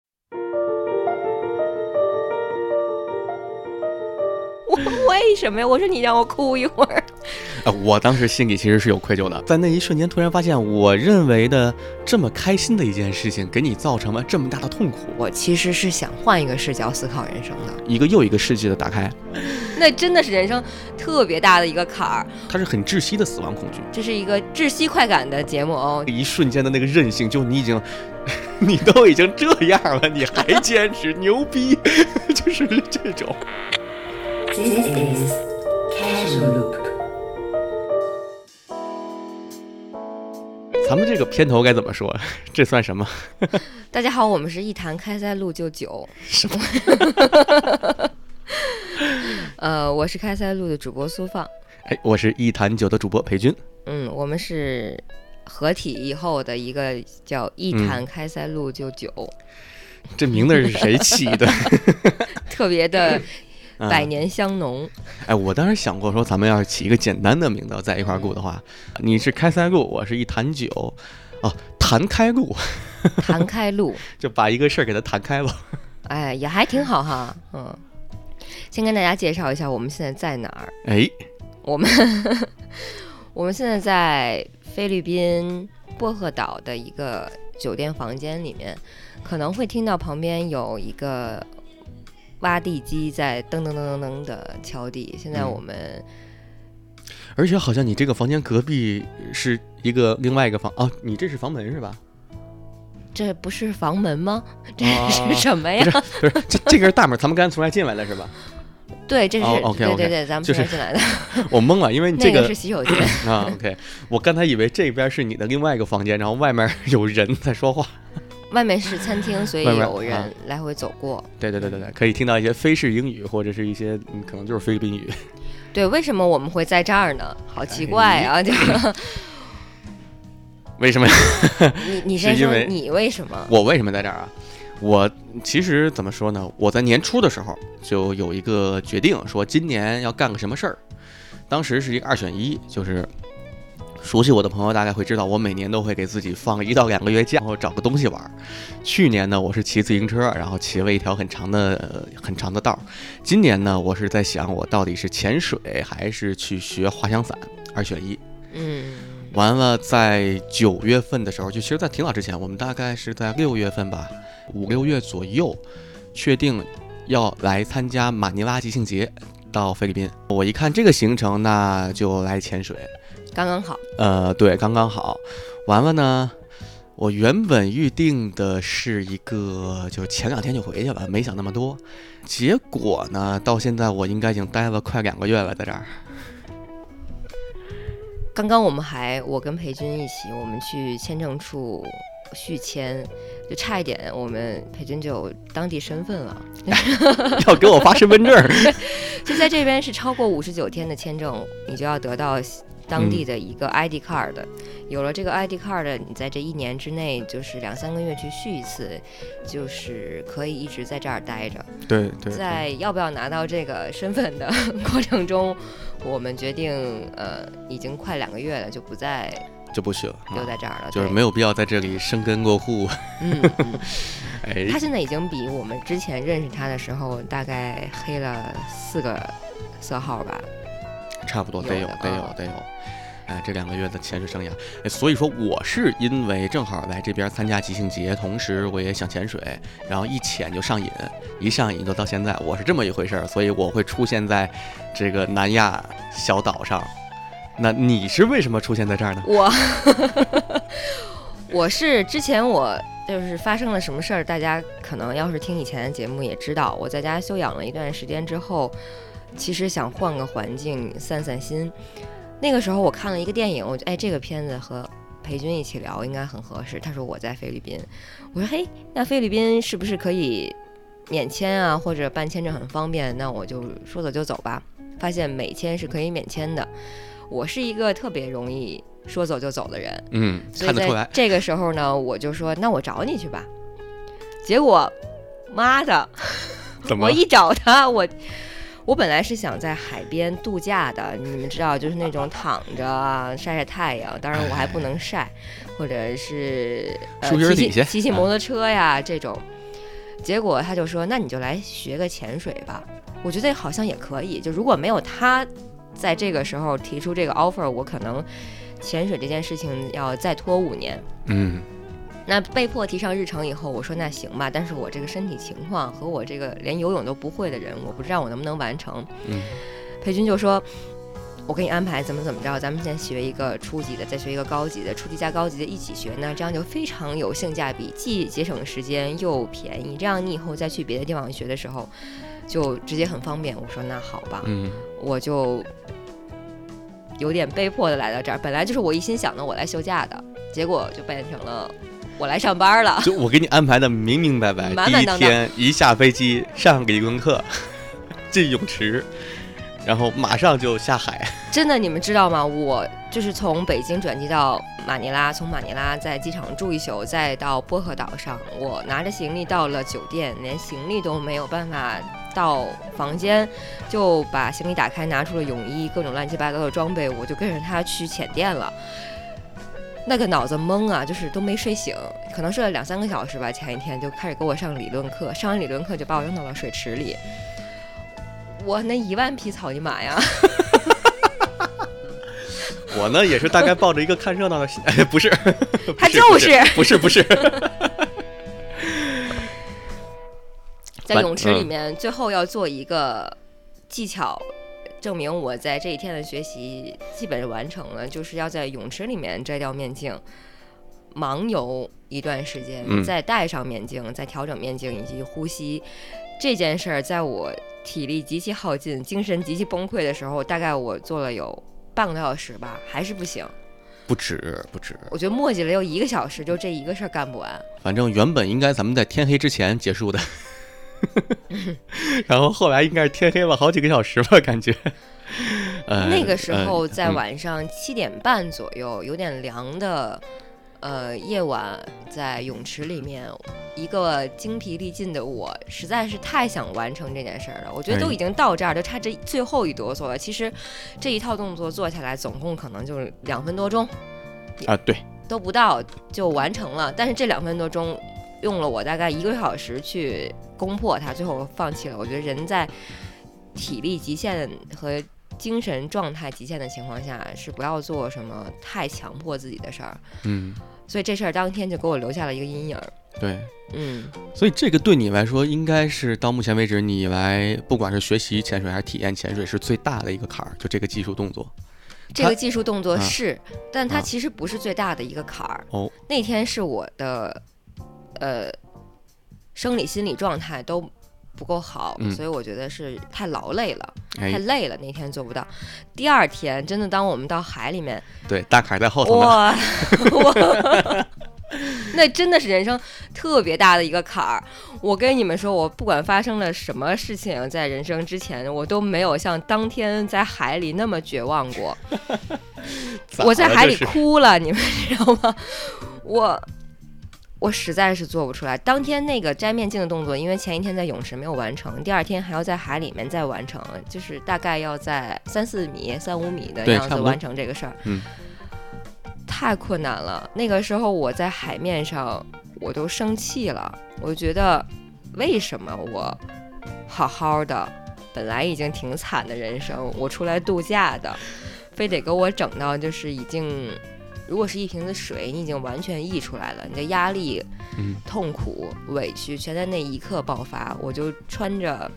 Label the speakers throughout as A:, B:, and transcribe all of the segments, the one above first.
A: 为什么呀？我说你让我哭一会儿。
B: 呃，我当时心里其实是有愧疚的，在那一瞬间突然发现，我认为的这么开心的一件事情，给你造成了这么大的痛苦，
A: 我其实是想换一个视角思考人生的，
B: 一个又一个世界的打开，
A: 那真的是人生特别大的一个坎儿。
B: 它是很窒息的死亡恐惧。
A: 这是一个窒息快感的节目哦，
B: 一瞬间的那个韧性，就你已经， 你都已经这样了，你还坚持，牛逼， 就是这种。
C: This is Casual Loop.
B: 咱们这个片头该怎么说？这算什么？
A: 大家好，我们是一谈开塞露就酒。
B: 什么？
A: 呃，我是开塞露的主播苏放。
B: 哎，我是一坛酒的主播裴军。
A: 嗯，我们是合体以后的一个叫“一坛开塞露就酒
B: 这名字是谁起 的？”，
A: 特别的
B: 嗯
A: 百年香 浓。
B: 哎，我当时想过说，咱们要是起一个简单的名字，在一块儿录的话，你是开塞露，我是一坛酒，哦，谈开露，
A: 谈开路，
B: 就把一个事儿给它谈开了。
A: 哎，也还挺好哈。嗯，先跟大家介绍一下我们现在在哪儿。
B: 哎，
A: 我们我们现在在菲律宾薄荷岛的一个酒店房间里面，可能会听到旁边有一个挖地机在噔噔噔噔噔的敲地。现在
B: 嗯
A: 我们
B: 而且好像你这个房间隔壁是一个另外一个房哦，你这是房门是吧？
A: 这不是房门吗？ 这
B: 哦
A: 是什么呀
B: 不？是，不是，这这个是大门，咱们刚才从来进来的是吧？
A: 对，这是、
B: 哦，OK，OK，
A: 对对对，咱们
B: 就
A: 从
B: 是
A: 这进来的，
B: 我懵了，因为这
A: 那个
B: 个
A: 是洗手 间。
B: 啊，OK，我刚才以为这边是你的另外一个房间，然后外面有人在说话。
A: 外面是餐厅，所以
B: 外面
A: 有
B: 啊
A: 人来回走过。
B: 对对对对对，可以听到一些非式英语或者是一些嗯可能就是菲律宾语。
A: 对，为什么我们会在这儿呢？好
B: 哎
A: 奇怪啊！这个，
B: 为什么？
A: 你你先
B: 是因
A: 说
B: 为
A: 你为什么？
B: 我为什么在这儿啊？我其实怎么说呢？我在年初的时候就有一个决定，说今年要干个什么事儿。当时是一个二选一，就是熟悉我的朋友大概会知道，我每年都会给自己放一到两个月假，然后找个东西玩儿。去年呢，我是骑自行车，然后骑了一条很长的、呃很长的道儿。今年呢，我是在想，我到底是潜水还是去学滑翔伞，二选一。
A: 嗯，
B: 完了，在九月份的时候，就其实，在挺早之前，我们大概是在六月份吧，五六月左右，确定要来参加马尼拉即兴节，到菲律宾。我一看这个行程，那就来潜水。
A: 刚刚好。
B: 呃，对，刚刚好。完了呢，我原本预定的是一个，就是前两天就回去了，没想那么多。结果呢，到现在我应该已经待了快两个月了，在这儿。
A: 刚刚我们还我跟裴军一起，我们去签证处续签，就差一点我们裴军就有当地身份了。
B: 要给我发身份证儿，
A: 就在这边是超过五十九天的签证，你就要得到当地的
B: 嗯
A: 一个 ID card。有了这个 ID card，你在这一年之内，就是两三个月去续一次，就是可以一直在这儿待着。
B: 对对
A: 在要不要拿到这个身份的过程中，我们决定，呃，已经快两个月了，就不再
B: 就不去了。
A: 留在这儿了。
B: 啊就是
A: 对
B: 没有必要在这里生根落户。
A: 嗯，嗯
B: 哎
A: 他现在已经比我们之前认识他的时候大概黑了四个色号吧。
B: 差不多得
A: 有
B: 有
A: 的
B: 得
A: 啊
B: 有得有。哎，这两个月的潜水生涯，哎，所以说我是因为正好来这边参加即兴节，同时我也想潜水，然后一潜就上瘾，一上瘾就到现在，我是这么一回事儿，所以我会出现在这个南亚小岛上。那你是为什么出现在这儿呢？
A: 我我是之前我就是发生了什么事儿，大家可能要是听以前的节目也知道，我在家休养了一段时间之后，其实想换个环境散散心。那个时候我看了一个电影，我就哎这个片子和。裴军一起聊应该很合适。他说我在菲律宾，我说嘿，那菲律宾是不是可以免签啊，或者办签证很方便？那我就说走就走吧。发现美签是可以免签的。我是一个特别容易说走就走的人，
B: 嗯，
A: 所以
B: 看得出
A: 在
B: 来，
A: 这个时候呢，我就说那我找你去吧。结果，妈的，
B: 怎么
A: 我一找他，我我本来是想在海边度假的，你们知道，就是那种躺着 啊晒晒太阳，当然我还不能晒，或者是、呃、
B: 哎树荫
A: 骑骑
B: 底下嗯
A: 骑骑摩托车呀、这种。结果他就说：“那你就来学个潜水吧。”我觉得好像也可以。就如果没有他在这个时候提出这个 offer，我可能潜水这件事情要再拖五年。
B: 嗯
A: 那被迫提上日程以后，我说那行吧，但是我这个身体情况和我这个连游泳都不会的人，我不知道我能不能完成。
B: 嗯
A: 裴军就说：“我给你安排怎么怎么着，咱们先学一个初级的，再学一个高级的，初级加高级的一起学，那这样就非常有性价比，既节省时间又便宜。这样你以后再去别的地方学的时候，就直接很方便。”我说：“那好吧。
B: 嗯
A: 我就有点被迫的来到这儿。本来就是我一心想的我来休假的，结果就变成了我来上班 了。
B: 就我给你安排的明明白白，
A: 满
B: 第
A: 满
B: 一
A: 当当
B: 天一下飞机上个游泳课， 进泳池，然后马上就下 海。
A: 真的，你们知道吗？我就是从北京转机到马尼拉，从马尼拉在机场住一宿，再到波河岛上，我拿着行李到了酒店，连行李都没有办法到房间，就把行李打开，拿出了泳衣，各种乱七八糟的装备，我就跟着他去浅店了。那个脑子懵啊，就是都没睡醒，可能睡了两三个小时吧。前一天就开始给我上理论课，上完理论课就把我扔到了水池里。我那一万匹草泥马呀！
B: 我呢也是大概抱着一个看热闹的心， 哎，不是，
A: 他
B: 不是
A: 就是
B: 不是不是，不是
A: 在
B: 完
A: 泳池里
B: 嗯
A: 面，最后要做一个技巧，证明我在这一天的学习基本完成了，就是要在泳池里面摘掉面镜，盲游一段时间，
B: 嗯
A: 再戴上面镜，再调整面镜以及呼吸。这件事儿在我体力极其耗尽、精神极其崩溃的时候，大概我做了有半个多小时吧，还是不行。
B: 不止不止。
A: 我觉得磨叽了有一个小时，就这一个事儿干不完。
B: 反正原本应该咱们在天黑之前结束的， 然后后来应该是天黑了好几个小时吧，感觉。呃，
A: 那个时候在
B: 嗯
A: 晚上七点半左右，有点凉的，呃，夜晚在泳池里面，一个精疲力尽的我，实在是太想完成这件事儿了。我觉得都
B: 哎
A: 已经到这儿，就差这最后一哆嗦了。其实这一套动作做下来，总共可能就是两分多钟
B: 啊，对，
A: 都不到就完成了，但是这两分多钟。用了我大概一个小时去攻破它，最后我放弃了。我觉得人在体力极限和精神状态极限的情况下，是不要做什么太强迫自己的事儿。
B: 嗯，
A: 所以这事儿当天就给我留下了一个阴影儿。
B: 对，
A: 嗯，
B: 所以这个对你来说，应该是到目前为止你来不管是学习潜水还是体验潜水，是最大的一个坎儿，就这个技术动作。
A: 这个技术动作是，但它
B: 啊
A: 其实不是最大的一个坎儿。
B: 哦，
A: 那天是我的，呃，生理心理状态都不够好，
B: 嗯
A: 所以我觉得是太劳累了，太
B: 哎，
A: 累了，那天做不到。第二天真的，当我们到海里面，
B: 对，大坎儿在后头呢。
A: 哇，我 那真的是人生特别大的一个坎儿。我跟你们说，我不管发生了什么事情，在人生之前，我都没有像当天在海里那么绝望过。
B: 咋
A: 我在
B: 了
A: 海
B: 这
A: 里
B: 是
A: 哭了，你们知道吗？我我实在是做不出来。当天那个摘面镜的动作，因为前一天在泳池没有完成，第二天还要在海里面再完成，就是大概要在三四米、三五米的
B: 对
A: 样
B: 差
A: 子
B: 不多
A: 完成这个事儿。
B: 嗯，
A: 太困难了。那个时候我在海面上，我都生气了，我觉得为什么我好好的，本来已经挺惨的人生，我出来度假的，非得给我整到就是已经，如果是一瓶子水，你已经完全溢出来了，你的压力、
B: 嗯
A: 痛苦、委屈全在那一刻爆发。我就穿着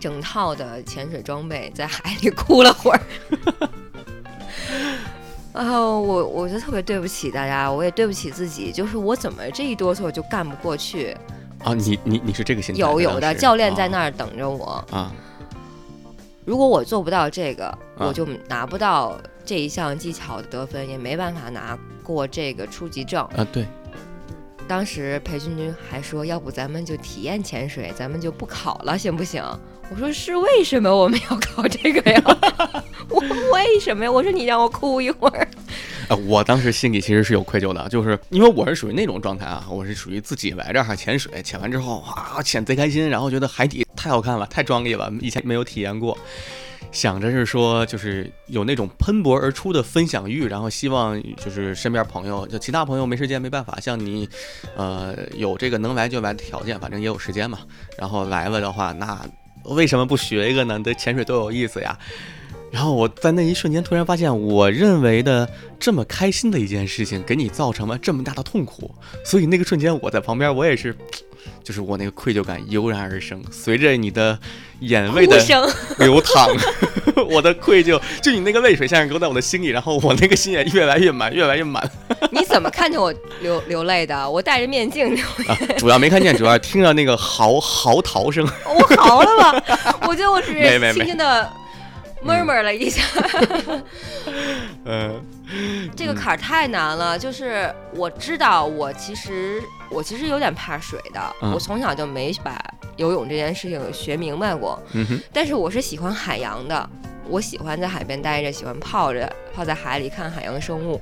A: 整套的潜水装备，在海里哭了会儿。 然后我我就特别对不起大家，我也对不起自己，就是我怎么这一哆嗦就干不过去？
B: 啊，你你你是这个心态？
A: 有有
B: 当
A: 的
B: 时
A: 教练在那
B: 啊
A: 儿等着我，
B: 啊，
A: 如果我做不到这个，我就拿不到这一项技巧的得分，也没办法拿过这个初级证。
B: 啊，对，
A: 当时裴俊君还说，要不咱们就体验潜水，咱们就不考了，行不行？我说是为什么我们要考这个呀？ 我为什么呀？我说你让我哭一会儿。
B: 啊，我当时心里其实是有愧疚的，就是因为我是属于那种状态啊，我是属于自己来这儿潜水，潜完之后哇，潜贼开心，然后觉得海底太好看了，太壮丽了，以前没有体验过。想着是说，就是有那种喷薄而出的分享欲，然后希望就是身边朋友，就其他朋友没时间没办法，像你，呃，有这个能来就来的条件，反正也有时间嘛。然后来了的话，那为什么不学一个呢？对潜水多有意思呀！然后我在那一瞬间突然发现，我认为的这么开心的一件事情，给你造成了这么大的痛苦，所以那个瞬间我在旁边，我也是，就是我那个愧疚感油然而生，随着你的眼泪
A: 哭
B: 的
A: 声，
B: 流淌， 我的愧疚，就你那个泪水像是流在我的心里，然后我那个心也越来越满，越来越满。
A: 你怎么看见我流流泪的？我戴着面镜流，
B: 啊，主要没看见，主要听到那个嚎嚎啕声。
A: 我嚎了吧？ 我觉得我只是
B: 没没没
A: 轻轻的 murmur 了一 下。
B: 嗯
A: 这个坎儿太难了，就是我知道我其实我其实有点怕水的，
B: 嗯
A: 我从小就没把游泳这件事情学明白过，
B: 嗯哼，
A: 但是我是喜欢海洋的，我喜欢在海边待着，喜欢泡着泡在海里看海洋生物，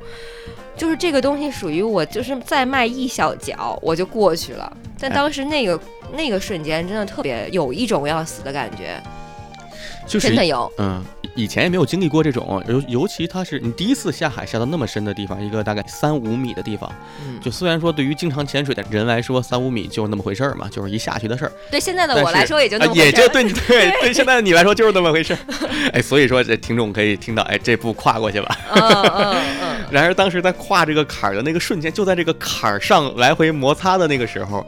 A: 就是这个东西属于我，就是再迈一小脚我就过去了。但
B: 哎
A: 当时那个、那个瞬间真的特别有一种要死的感觉，
B: 就是
A: 真的有。
B: 嗯，以前也没有经历过这种，尤尤其它是你第一次下海下到那么深的地方，一个大概三五米的地方。
A: 嗯，
B: 就虽然说对于经常潜水的人来说，三五米就是那么回事儿嘛，就是一下去的事儿。
A: 对现在的
B: 但
A: 我
B: 是
A: 来说也就那
B: 啊
A: 么，回
B: 也
A: 事儿
B: 就对你对 对，现在的你来说就是那么回事儿。哎，所以说这听众可以听到，哎，这步跨过去吧。
A: 嗯嗯嗯，
B: 然而当时在跨这个坎儿的那个瞬间，就在这个坎儿上来回摩擦的那个时候，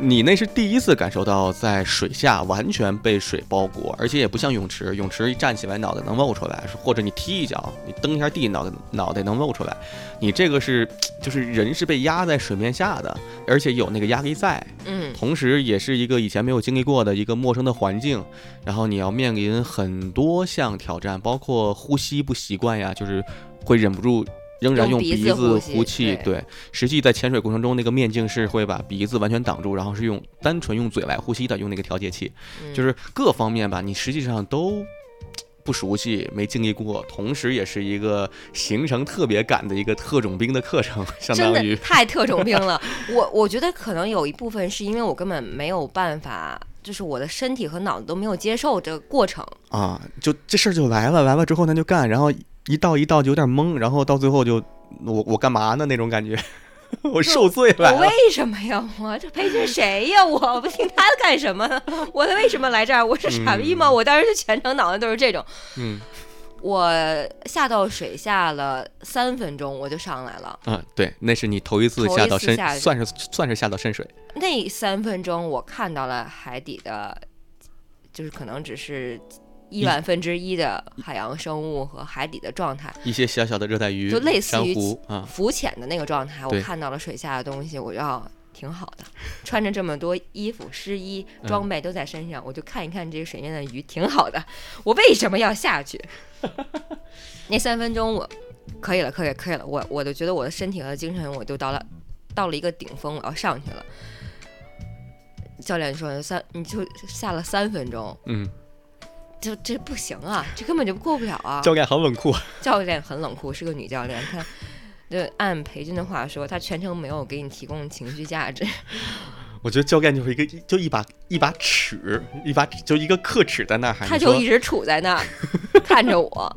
B: 你那是第一次感受到在水下完全被水包裹，而且也不像泳池，泳池一站起来脑袋能露出来，或者你踢一脚，你蹬一下地脑袋脑袋能露出来，你这个是就是人是被压在水面下的，而且有那个压力在，
A: 嗯
B: 同时也是一个以前没有经历过的一个陌生的环境，然后你要面临很多项挑战，包括呼吸不习惯呀，就是会忍不住仍然
A: 用
B: 用
A: 鼻
B: 鼻
A: 子呼
B: 子
A: 吸
B: 呼气。
A: 对
B: 对，实际在潜水过程中，那个面镜是会把鼻子完全挡住，然后是用单纯用嘴来呼吸的，用那个调节器，
A: 嗯，
B: 就是各方面吧，你实际上都。不熟悉，没经历过，同时也是一个行程特别赶的一个特种兵的课程，相
A: 真
B: 当
A: 的
B: 于
A: 太特种兵了。我我觉得可能有一部分是因为我根本没有办法，就是我的身体和脑子都没有接受这个过程。
B: 啊，就这事儿就来了，来了之后咱就干，然后一道一道就有点懵，然后到最后就我我干嘛呢那种感觉，我受罪 来
A: 我
B: 了。
A: 为什么呀？我这培训谁呀？我我不听他的干什么呢？我为什么来这儿？我是傻逼吗？我当时就全程脑袋都是这种。
B: 嗯
A: 我下到水下了三分钟，我就上来了。
B: 啊，对，那是你头一次
A: 头
B: 下
A: 一
B: 到
A: 次
B: 深，
A: 下去
B: 算是算是下到深水。
A: 那三分钟，我看到了海底的，就是可能只是一万分之一的海洋生物和海底的状态。
B: 一些小小的热带鱼，
A: 就类似
B: 珊
A: 于
B: 瑚啊，
A: 浮潜的那个状态，我
B: 对
A: 看到了水下的东西，我就要挺好的。 穿着这么多衣服、湿衣、
B: 嗯
A: 装备都在身上，我就看一看这个水面的鱼，挺好的。 我为什么要下去？ 那三分钟我可以了，可以了，可以了。我我都觉得我的身体和精神我都到了到了一个顶峰，我要上去了。教练说三，你就下了三分钟，
B: 嗯，
A: 就这不行啊，这根本就过不了啊。
B: 教练很冷酷，
A: 教练很冷酷，是个女教练，她就按裴军的话说，她全程没有给你提供情绪价值。
B: 我觉得教练就是一个就一把一把尺，一把就一个刻尺在那儿，
A: 他
B: 还
A: 就
B: 说
A: 一直杵在 那儿看着我，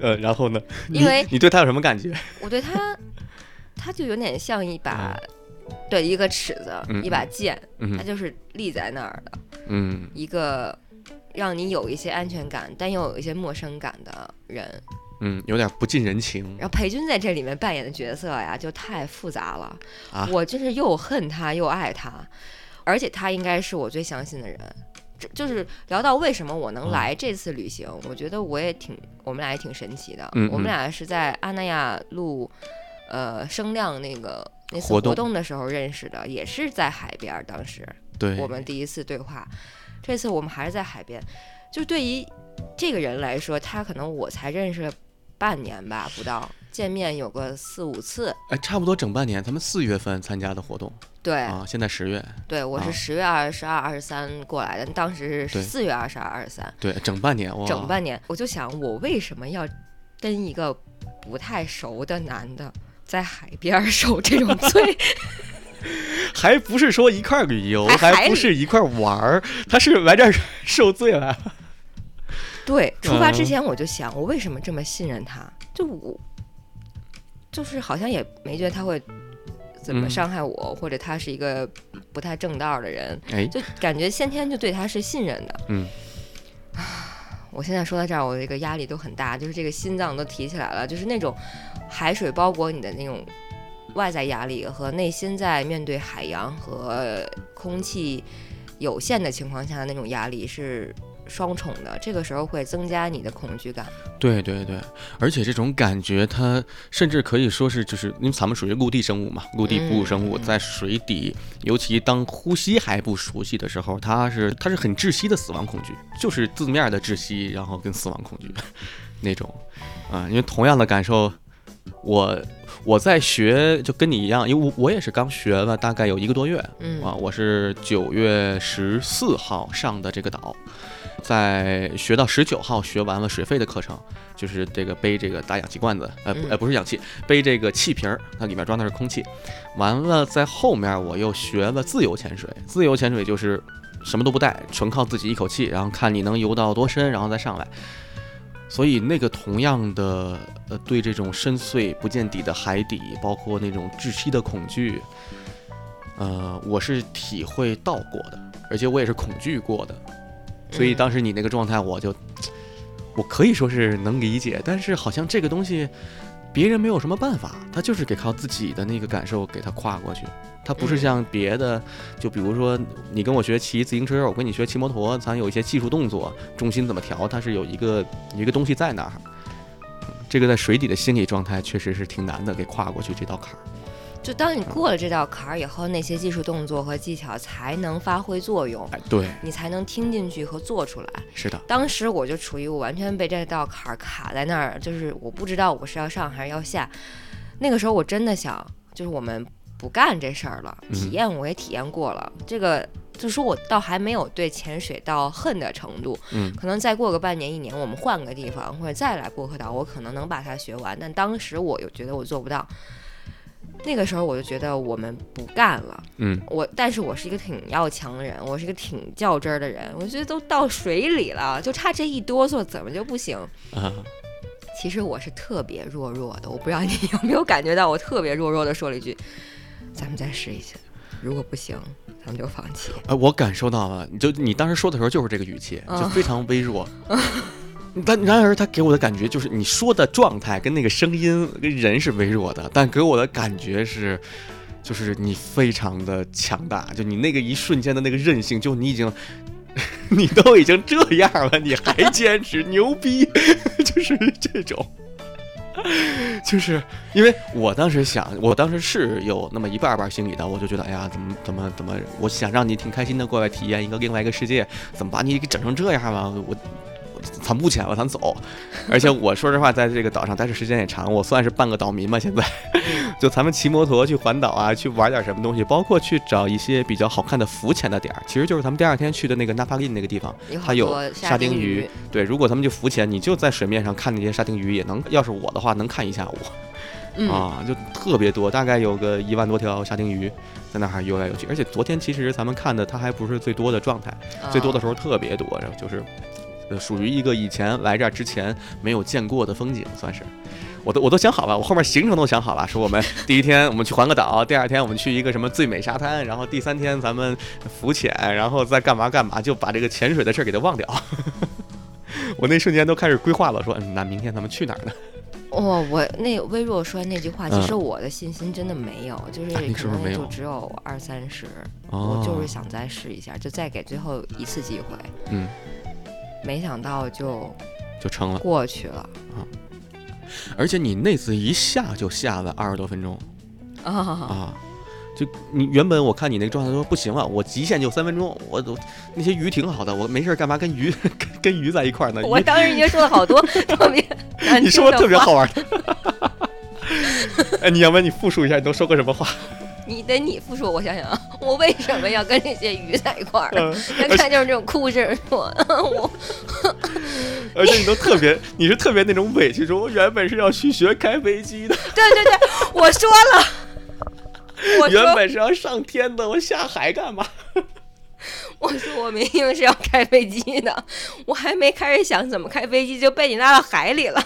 B: 呃，然后呢，
A: 因为
B: 你你对他有什么感觉？
A: 我对他，他就有点像一把，对一个尺子，
B: 嗯
A: 一把剑，他
B: 嗯
A: 就是立在那儿的
B: 嗯
A: 一个让你有一些安全感，但又有一些陌生感的人。
B: 嗯，有点不近人情
A: 然后裴军在这里面扮演的角色呀，就太复杂了。
B: 啊
A: 我真是又恨他又爱他，而且他应该是我最相信的人。这就是聊到为什么我能
B: 嗯
A: 来这次旅行，我觉得我也挺，我们俩也挺神奇的。
B: 嗯
A: 我们
B: 嗯
A: 俩是在阿那亚录，呃，声量那个那次
B: 活
A: 活
B: 动
A: 动的时候认识的，也是在海边儿。当时
B: 对，
A: 我们第一次对话，这次我们还是在海边。就对于这个人来说，他可能我才认识了半年吧，不到，见面有个四五次。
B: 哎，差不多整半年，咱们四月份参加的活动
A: 对、
B: 啊，现在十月，
A: 对，我
B: 啊
A: 是十月二十二、二十三过来的，当时是
B: 对
A: 四月二十二、二十三，
B: 对，整半年，哇，
A: 整半年，我就想我为什么要跟一个不太熟的男的在海边儿 受这种罪？
B: 还不是说一块儿旅游，
A: 还
B: 还
A: 海
B: 不
A: 里
B: 是一块儿玩儿，他是来这儿 受罪来了。
A: 对，出发之
B: 嗯
A: 前我就想，我为什么这么信任他？就我，就是好像也没觉得他会怎么
B: 嗯
A: 伤害我，或者他是一个不太正道的人，
B: 哎，
A: 就感觉先天就对他是信任的。
B: 嗯，
A: 我现在说到这儿，我这个压力都很大，就是这个心脏都提起来了，就是那种海水包裹你的那种外在压力和内心在面对海洋和空气有限的情况下的那种压力是双重的，这个时候会增加你的恐惧感。
B: 对对对，而且这种感觉，它甚至可以说是，就是因为咱们属于陆地生物嘛，陆地哺乳生物
A: 嗯嗯
B: 在水底，尤其当呼吸还不熟悉的时候，它是它是很窒息的死亡恐惧，就是字面的窒息，然后跟死亡恐惧那种，啊、因为同样的感受，我我在学就跟你一样，因为我我也是刚学了大概有一个多月，
A: 嗯
B: 啊，我是九月十四号上的这个岛，在学到十九号学完了水肺的课程，就是这个背这个打氧气罐子，呃、不
A: 嗯
B: 呃不是氧气，背这个气瓶儿，它里面装的是空气。完了，在后面我又学了自由潜水，自由潜水就是什么都不带，纯靠自己一口气，然后看你能游到多深，然后再上来。所以那个同样的，呃，对这种深邃不见底的海底，包括那种窒息的恐惧，呃，我是体会到过的，而且我也是恐惧过的，嗯
A: 嗯
B: 所以当时你那个状态，我就，我可以说是能理解，但是好像这个东西，别人没有什么办法，他就是得靠自己的那个感受给他跨过去，他不是
A: 嗯
B: 像别的，就比如说你跟我学骑自行车，我跟你学骑摩托，咱有一些技术动作，重心怎么调，它是有一个有一个东西在那儿。这个在水底的心理状态确实是挺难的，给跨过去这道坎儿。
A: 嗯就当你过了这道坎儿以后，那些技术动作和技巧才能发挥作用，
B: 哎，对，
A: 你才能听进去和做出来。
B: 是的，
A: 当时我就处于我完全被这道坎儿卡在那儿，就是我不知道我是要上还是要下。那个时候我真的想，就是我们不干这事儿了，
B: 嗯
A: 体验我也体验过了，这个就说我倒还没有对潜水到恨的程度，
B: 嗯
A: 可能再过个半年一年，我们换个地方或者再来薄荷岛，我可能能把它学完，但当时我又觉得我做不到。那个时候我就觉得我们不干了，
B: 嗯，
A: 我，但是我是一个挺要强的人，我是一个挺较真儿的人。我觉得都到水里了，就差这一哆嗦，怎么就不行？
B: 啊，
A: 其实我是特别弱弱的，我不知道你 有没有感觉到，我特别弱弱的说了一句：“咱们再试一下，如果不行，咱们就放 弃。
B: 哎，我感受到了，你就你当时说的时候就是这个语气，就
A: 嗯
B: 非常微弱。 但然而，他给我的感觉就是你说的状态跟那个声音跟人是微弱的，但给我的感觉是，就是你非常的强大，就你那个一瞬间的那个韧性，就你已经， 你都已经这样了，你还坚持，牛逼， 就是这种。 就是因为我当时想，我当时是有那么一半儿半儿心理的，我就觉得，哎呀，怎么怎么怎么，我想让你挺开心的过来体验一个另外一个世界，怎么把你给整成这样了？我我咱不潜了，咱走。而且我说实话，在这个岛上待的时间也长，我算是半个岛民吧。现在 就咱们骑摩托去环岛啊，去玩点什么东西，包括去找一些比较好看的浮潜的点儿，其实就是咱们第二天去的那个纳帕利那个地方。”
A: 有好
B: 它有
A: 多
B: 沙丁
A: 丁
B: 鱼，对，如果咱们就浮潜，你就在水面上看那些沙丁鱼，也能，要是我的话，能看一下午。
A: 嗯，
B: 啊，就特别多，大概有个一万多条沙丁鱼在那儿游来游去。而且昨天其实咱们看的它还不是最多的状态，
A: 嗯啊
B: 最多的时候特别多，然后就是，呃，属于一个以前来这儿之前没有见过的风景，算是。我都我都想好了，我后面行程都想好了，说我们第一天我们去环个 岛，第二天我们去一个什么最美沙滩，然后第三天咱们浮潜，然后再干嘛干嘛，就把这个潜水的事儿给它忘掉。 我那瞬间都开始规划了，说，嗯，那明天咱们去哪儿呢？
A: 哦，我那微弱说那句话，
B: 嗯
A: 其实我的信心真的没有，就是
B: 啊你是
A: 可
B: 不是
A: 能
B: 没
A: 也
B: 有
A: 就只有二三十，
B: 哦
A: 我就是想再试一下，就再给最后一次机会。
B: 嗯，
A: 没想到就
B: 就成了。
A: 过去了
B: 而且你那次一下就下了二十多分钟
A: 啊！
B: 啊！就你原本我看你那个状态说不行了，我极限就三分钟，我我那些鱼挺好的，我没事儿干嘛跟鱼 跟跟鱼在一块儿呢？
A: 我
B: 鱼
A: 当时已经说了好 多特别难
B: 你
A: 听
B: 说
A: 的
B: 的特别
A: 话，
B: 好玩儿的。 哎，你要不然你复述一下，你都说过什么话？
A: 你得你复述，我想想啊，我为什么要跟这些鱼在一块儿呢？
B: 嗯
A: 那看就是这种哭声，我我
B: 而且你都特别，你是特别那种委屈，说我原本是要去学开飞机的，
A: 对对对，我说 了，我
B: 原
A: 说
B: 本是要上天的，我下海干嘛？
A: 我说我明明是要开飞机的，我还没开始想怎么开飞机就被你拉到海里了。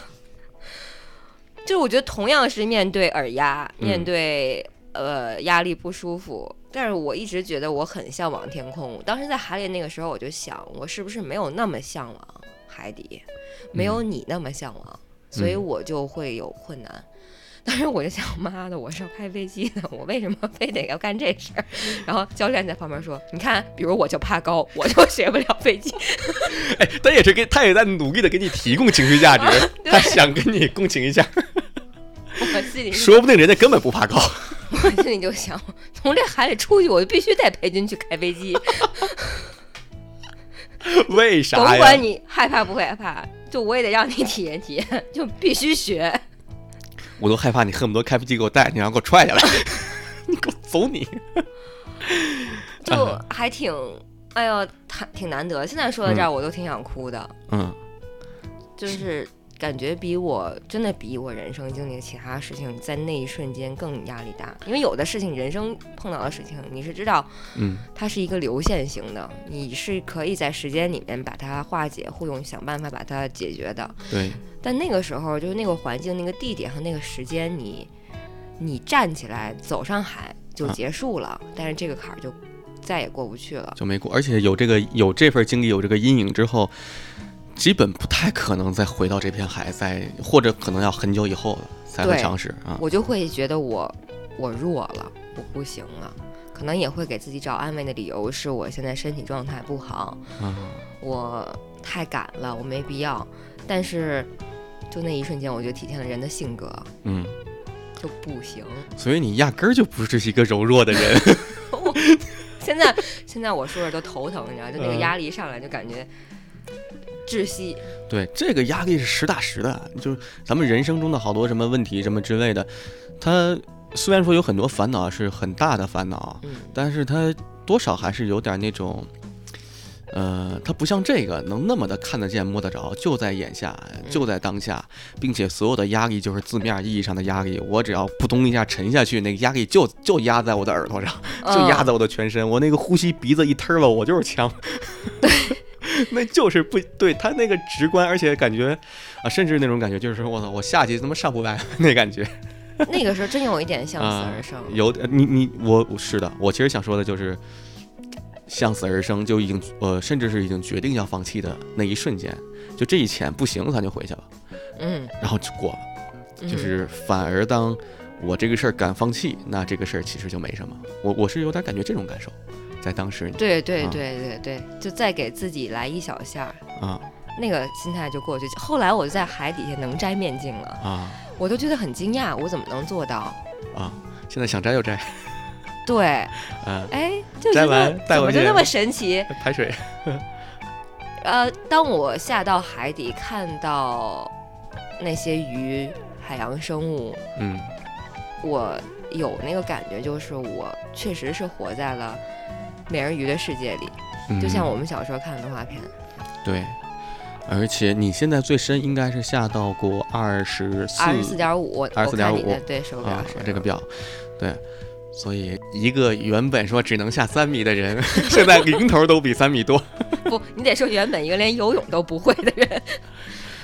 A: 就是我觉得同样是面对耳压，
B: 嗯
A: 面对呃压力不舒服，但是我一直觉得我很向往天空。当时在海里那个时候，我就想，我是不是没有那么向往海底，没有你那么向往，所以
B: 嗯
A: 我就会有困难。当时我就想，妈的，我是要开飞机的，我为什么非得要干这事儿？然后教练在旁边说：“你看，比如我就怕高，我就学不了飞机。
B: 哎，他也是给，他也在努力的给你提供情绪价值，
A: 对
B: 他想跟你共情一 下，”
A: 我心里就
B: 说不定人家根本不怕高。
A: 我心里就想，从这海里出去，我就必须带裴军去开飞 机，
B: 为啥
A: 甭
B: 呀？
A: 管你害怕不害怕，就我也得让你体验体验，就必须 学。
B: 我都害怕你恨不得开飞机给我带，你然后给我踹 下来，你给我走你。
A: 就还挺，哎呦，还挺难得。现在说到这儿，我都挺想哭的，
B: 嗯，
A: 就是感觉比我真的比我人生经历其他事情在那一瞬间更压力大，因为有的事情，人生碰到的事情，你是知道
B: 嗯，
A: 它是一个流线型的，你是可以在时间里面把它化解、互用、想办法把它解决的。
B: 对，
A: 但那个时候，就是那个环境、那个地点和那个时间，你你站起来走上海就结束了，但是这个坎儿就再也过不去了。
B: 就没过，而且有这个有这份经历，有这个阴影之后，基本不太可能再回到这片海，再或者可能要很久以后才会
A: 对
B: 尝试啊。
A: 我就会觉得我我弱了，我不行了，可能也会给自己找安慰的理由是我现在身体状态不好，
B: 啊，
A: 我太赶了，我没必要。但是就那一瞬间，我就体现了人的性格，
B: 嗯，
A: 就不行。
B: 所以你压根儿就不是一个柔弱的人。
A: 现在现在我说着都头疼，你知道，就那个
B: 嗯
A: 压力一上来就感觉窒息。
B: 对，这个压力是实打实的，就是咱们人生中的好多什么问题什么之类的，它虽然说有很多烦恼是很大的烦恼，
A: 嗯，
B: 但是它多少还是有点那种，呃，它不像这个能那么的看得见摸得着，就在眼下，就在当下，并且所有的压力就是字面意义上的压力，我只要扑通一下沉下去，那个压力就就压在我的耳朵上，就压
A: 嗯
B: 在我的全身，我那个呼吸鼻子一吞了，我就是呛。 那就是不对，他那个直观，而且感觉啊，甚至那种感觉就是我操，我下去他妈上不来 那感觉。
A: 那个时候真有一点向死
B: 啊，
A: 而生。
B: 有呃你你我我是的，我其实想说的就是，向死而生就已经呃，甚至是已经决定要放弃的那一瞬间，就这一潜不行了，咱就回去了，
A: 嗯，
B: 然后就过了。
A: 嗯
B: 就是反而当我这个事儿敢放弃，那这个事儿其实就没什么。我我是有点感觉这种感受，在当时
A: 对对
B: 啊
A: 对对对，就再给自己来一小下儿，
B: 啊
A: 那个心态就过去。后来我就在海底下能摘面镜了，
B: 啊
A: 我都觉得很惊讶，我怎么能做到？
B: 啊！现在想摘就摘，
A: 对，
B: 啊，
A: 哎，就
B: 摘
A: 觉得
B: 完带
A: 怎
B: 回
A: 么就
B: 去
A: 那么神奇？
B: 排水，
A: 呃，当我下到海底看到那些鱼、海洋生物，
B: 嗯
A: 我有那个感觉，就是我确实是活在了美人鱼的世界里，
B: 嗯，
A: 就像我们小时候看的动画片。
B: 对。而且你现在最深应该是下到过二十四
A: 二十四点五，我我看你
B: 24.5
A: 的对手表
B: 啊
A: 是、，
B: 这个表，对，所以一个原本说只能下三米的人， 现在零头都比三米多
A: 不，你得说原本一个连游泳都不会的人，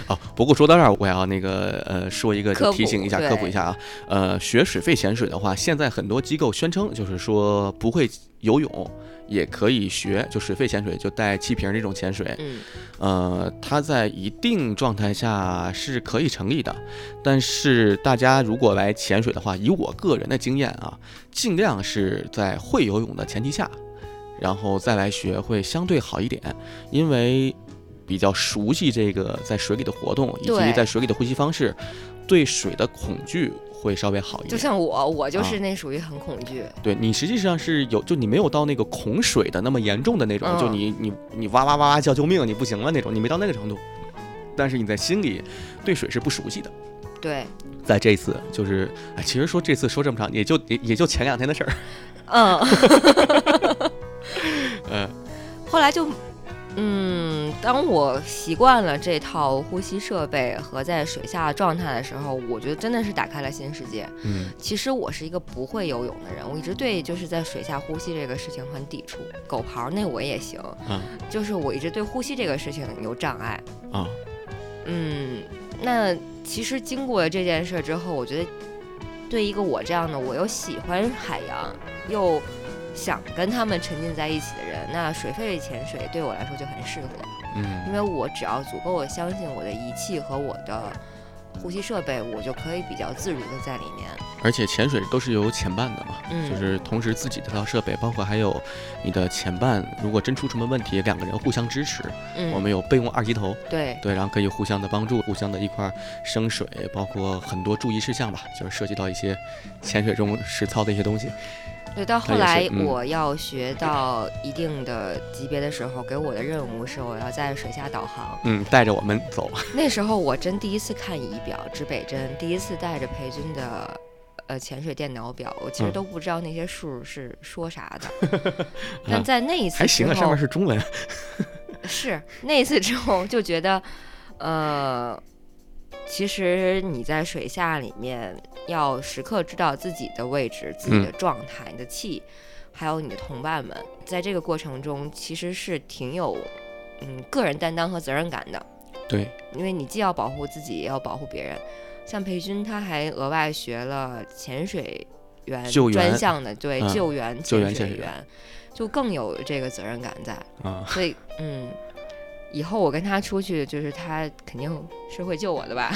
B: 哦。不过说到这儿，我要那个呃说一个
A: 科
B: 提醒
A: 普
B: 一下，
A: 对
B: 科普一下啊。呃，学水肺潜水的话，现在很多机构宣称就是说不会游泳。也可以学，就水肺潜水，就带气瓶这种潜水，
A: 嗯，
B: 呃，它在一定状态下是可以成立的，但是大家如果来潜水的话，以我个人的经验啊，尽量是在会游泳的前提下，然后再来学会相对好一点，因为比较熟悉这个在水里的活动以及
A: 对
B: 在水里的呼吸方式，对水的恐惧会稍微好一
A: 就
B: 点。
A: 像我，我就是那属于很恐惧，
B: 对你实际上是有，就你没有到那个恐水的那么严重的那种，
A: 嗯
B: 就你你你哇哇哇哇叫救命，你不行了那种，你没到那个程度。但是你在心里对水是不熟悉的，
A: 对，
B: 在这次就是，哎，其实说这次说这么长，也就也也就前两天的事儿，
A: 嗯，
B: 嗯
A: 后来就。嗯，当我习惯了这套呼吸设备和在水下的状态的时候，我觉得真的是打开了新世界。
B: 嗯
A: 其实我是一个不会游泳的人，我一直对就是在水下呼吸这个事情很抵触。狗刨那我也行，
B: 啊
A: 就是我一直对呼吸这个事情有障碍。
B: 啊，
A: 嗯，那其实经过这件事之后，我觉得对一个我这样的，我又喜欢海洋，又想跟他们沉浸在一起的人，那水肺潜水对我来说就很适合。因
B: 嗯
A: 为我只要足够的相信我的仪器和我的呼吸设备，我就可以比较自如的在里面。
B: 而且潜水都是有潜伴的嘛，
A: 嗯
B: 就是同时自己这套设备，包括还有你的潜伴，如果真出什么问题，两个人互相支持。
A: 嗯，
B: 我们有备用二级头，
A: 对，
B: 对，然后可以互相的帮助，互相的一块儿升水，包括很多注意事项吧，就是涉及到一些潜水中实操的一些东西。
A: 对，到后
B: 它也
A: 来
B: 是嗯
A: 我要学到一定的级别的时候，给我的任务是我要在水下导航。
B: 嗯，带着我们走。
A: 那时候我真第一次看仪表指北针，第一次带着裴军的。呃，潜水电脑表，我其实
B: 嗯
A: 都不知道那些数是说啥的， 但在那一次
B: 还行啊，
A: 之
B: 上
A: 后
B: 面是中文。
A: 是那一次之后就觉得，呃，其实你在水下里面要时刻知道自己的位置、自
B: 嗯
A: 己的状态、你的气，还有你的同伴们，在这个过程中其实是挺有嗯个人担当和责任感的，
B: 对，
A: 因为你既要保护自己，也要保护别人。像裴军，他还额外学了潜水员
B: 救援
A: 专项的，对、
B: 嗯
A: 救援
B: 救援
A: 潜
B: 潜水
A: 员，就更有这个责任感在。
B: 啊，
A: 所以，嗯，以后我跟他出去，就是他肯定是会救我的 吧？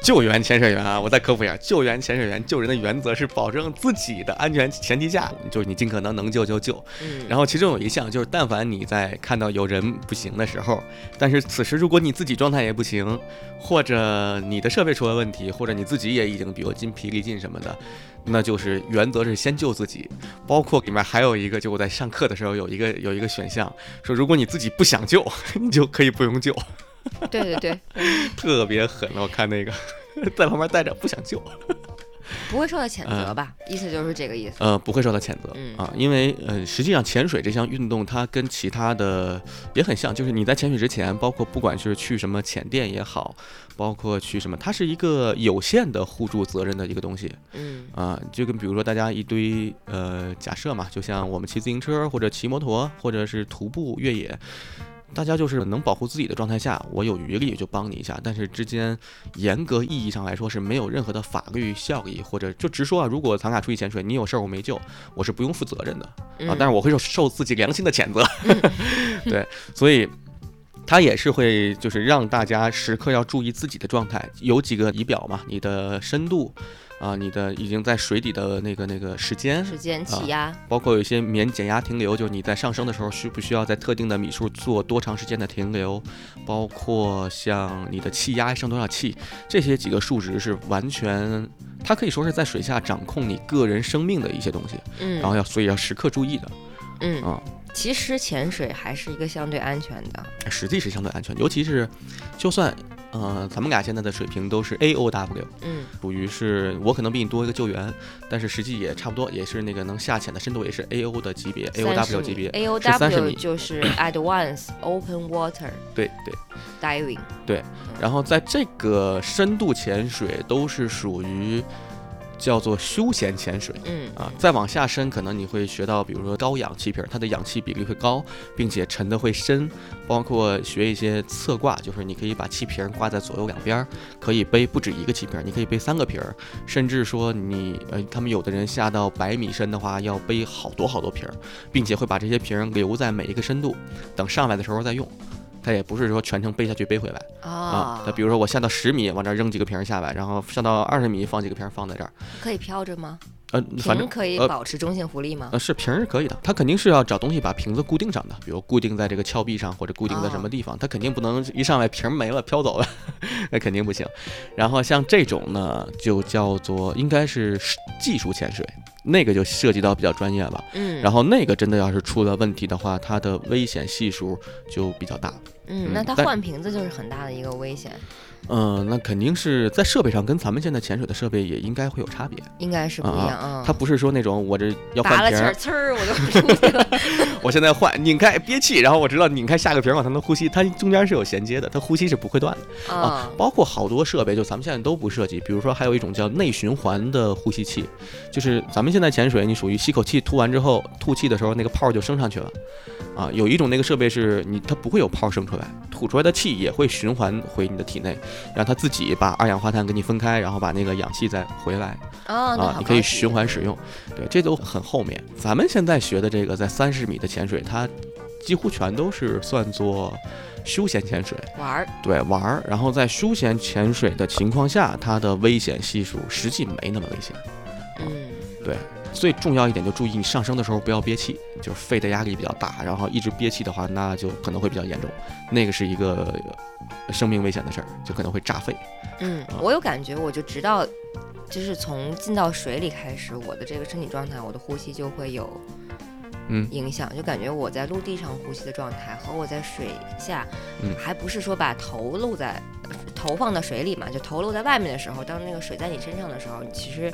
B: 救援潜水员啊，我再科普一下，救援潜水员救人的原则是保证自己的安全前提下，就是你尽可能能救就救。
A: 嗯，
B: 然后其中有一项就是，但凡你在看到有人不行的时候，但是此时如果你自己状态也不行，或者你的设备出了问题，或者你自己也已经比如筋疲力尽什么的，那就是原则是先救自己。包括里面还有一个，就我在上课的时候有一个有一个选项，说如果你自己不想救， 你就可以不用救，
A: 对对对，
B: 特别狠。我看那个 在旁边待着不想救。
A: 不会受到谴
B: 嗯
A: 责吧？意思就是这个意思。
B: 呃，不会受到谴责、
A: 嗯
B: 啊，因为呃，实际上潜水这项运动它跟其他的也很像，就是你在潜水之前，包括不管是去什么潜店也好，包括去什么，它是一个有限的互助责任的一个东西
A: 嗯
B: 啊，就跟比如说大家一堆呃假设嘛，就像我们骑自行车或者骑摩托或者是徒步越野。大家就是能保护自己的状态下，我有余力就帮你一下，但是之间严格意义上来说是没有任何的法律效益，或者就直说啊，如果咱俩出去潜水，你有事儿我没救，我是不用负责任的啊
A: 嗯，，
B: 但是我会受受自己良心的谴责， 对，所以。他也是会，就是让大家时刻要注意自己的状态，有几个仪表嘛，你的深度，啊、你的已经在水底的那个那个时间，
A: 时间气压，
B: 包括有一些免减压停留，就是你在上升的时候需不需要在特定的米数做多长时间的停留，包括像你的气压升多少气，这些几个数值是完全，它可以说是在水下掌控你个人生命的一些东西，
A: 嗯，
B: 然后要所以要时刻注意的。
A: 嗯，
B: 啊
A: 其实潜水还是一个相对安全的，
B: 实际是相对安全，尤其是就算呃咱们俩现在的水平都是 A O W，
A: 嗯
B: 属于是我可能比你多一个救援，但是实际也差不多，也是那个能下潜的深度也是 A O 的级别，A O W 级别，
A: ，A O
B: 是30
A: W
B: 米
A: 就是 Advanced Open Water
B: 对对。
A: Diving，
B: 然后在这个深度潜水都是属于叫做休闲潜水
A: 嗯
B: 啊，再往下深，可能你会学到，比如说高氧气瓶，它的氧气比例会高，并且沉的会深，包括学一些侧挂，就是你可以把气瓶挂在左右两边儿，可以背不止一个气瓶，你可以背三个瓶儿，甚至说你呃，他们有的人下到百米深的话，要背好多好多瓶儿，并且会把这些瓶儿留在每一个深度，等上来的时候再用。它也不是说全程背下去背回来，啊，
A: 啊
B: 那，比如说我下到十米，往这儿扔几个瓶儿下来，然后上到二十米放几个瓶儿放在这儿，
A: 可以飘着吗？
B: 呃，反
A: 瓶
B: 正
A: 可以
B: 呃
A: 保持中性浮力吗？
B: 呃是瓶儿是可以的，它肯定是要找东西把瓶子固定上的，比如固定在这个峭壁上或者固定在什
A: 哦
B: 么地方，它肯定不能一上来瓶儿没了飘走了， 那肯定不行。然后像这种呢，就叫做应该是技术潜水，那个就涉及到比较专业了。
A: 嗯，
B: 然后那个真的要是出了问题的话，它的危险系数就比较大。
A: 嗯，
B: 嗯
A: 那它
B: 但
A: 换瓶子就是很大的一个危险，
B: 嗯，那肯定是在设备上跟咱们现在潜水的设备也应该会有差别。
A: 应该是不一样啊。
B: 它不是说那种我这要
A: 拔
B: 换
A: 了
B: 瓶
A: 气儿，
B: 儿，
A: 呲儿我就出去 了。
B: 我现在换拧开憋气，然后我知道拧开下个瓶儿我才能呼吸，它中间是有衔接的，它呼吸是不会断的。
A: 啊，
B: 包括好多设备，就咱们现在都不涉及，比如说还有一种叫内循环的呼吸器，就是咱们现在潜水，你属于吸口气吐完之后，吐气的时候那个泡儿就升上去了。啊，有一种那个设备是你它不会有泡生出来，吐出来的气也会循环回你的体内，让它自己把二氧化碳给你分开，然后把那个氧气再回来
A: 哦，那
B: 啊
A: 好，
B: 你可以
A: 高级
B: 循环使用。对，这都很后面。咱们现在学的这个在三十米的潜水，它几乎全都是算作休闲潜水。
A: 玩儿，
B: 对，玩儿，然后在休闲潜水的情况下，它的危险系数实际没那么危险。
A: 嗯，
B: 最重要一点就注意你上升的时候不要憋气，就是肺的压力比较大，然后一直憋气的话，那就可能会比较严重，那个是一个呃生命危险的事儿，就可能会炸肺。
A: 嗯，
B: 啊
A: 我有感觉，我就直到就是从进到水里开始，我的这个身体状态，我的呼吸就会有
B: 嗯
A: 影响，就感觉我在陆地上呼吸的状态和我在水下，
B: 嗯
A: 还不是说把头露在头放到水里嘛，就头露在外面的时候，当那个水在你身上的时候，你其实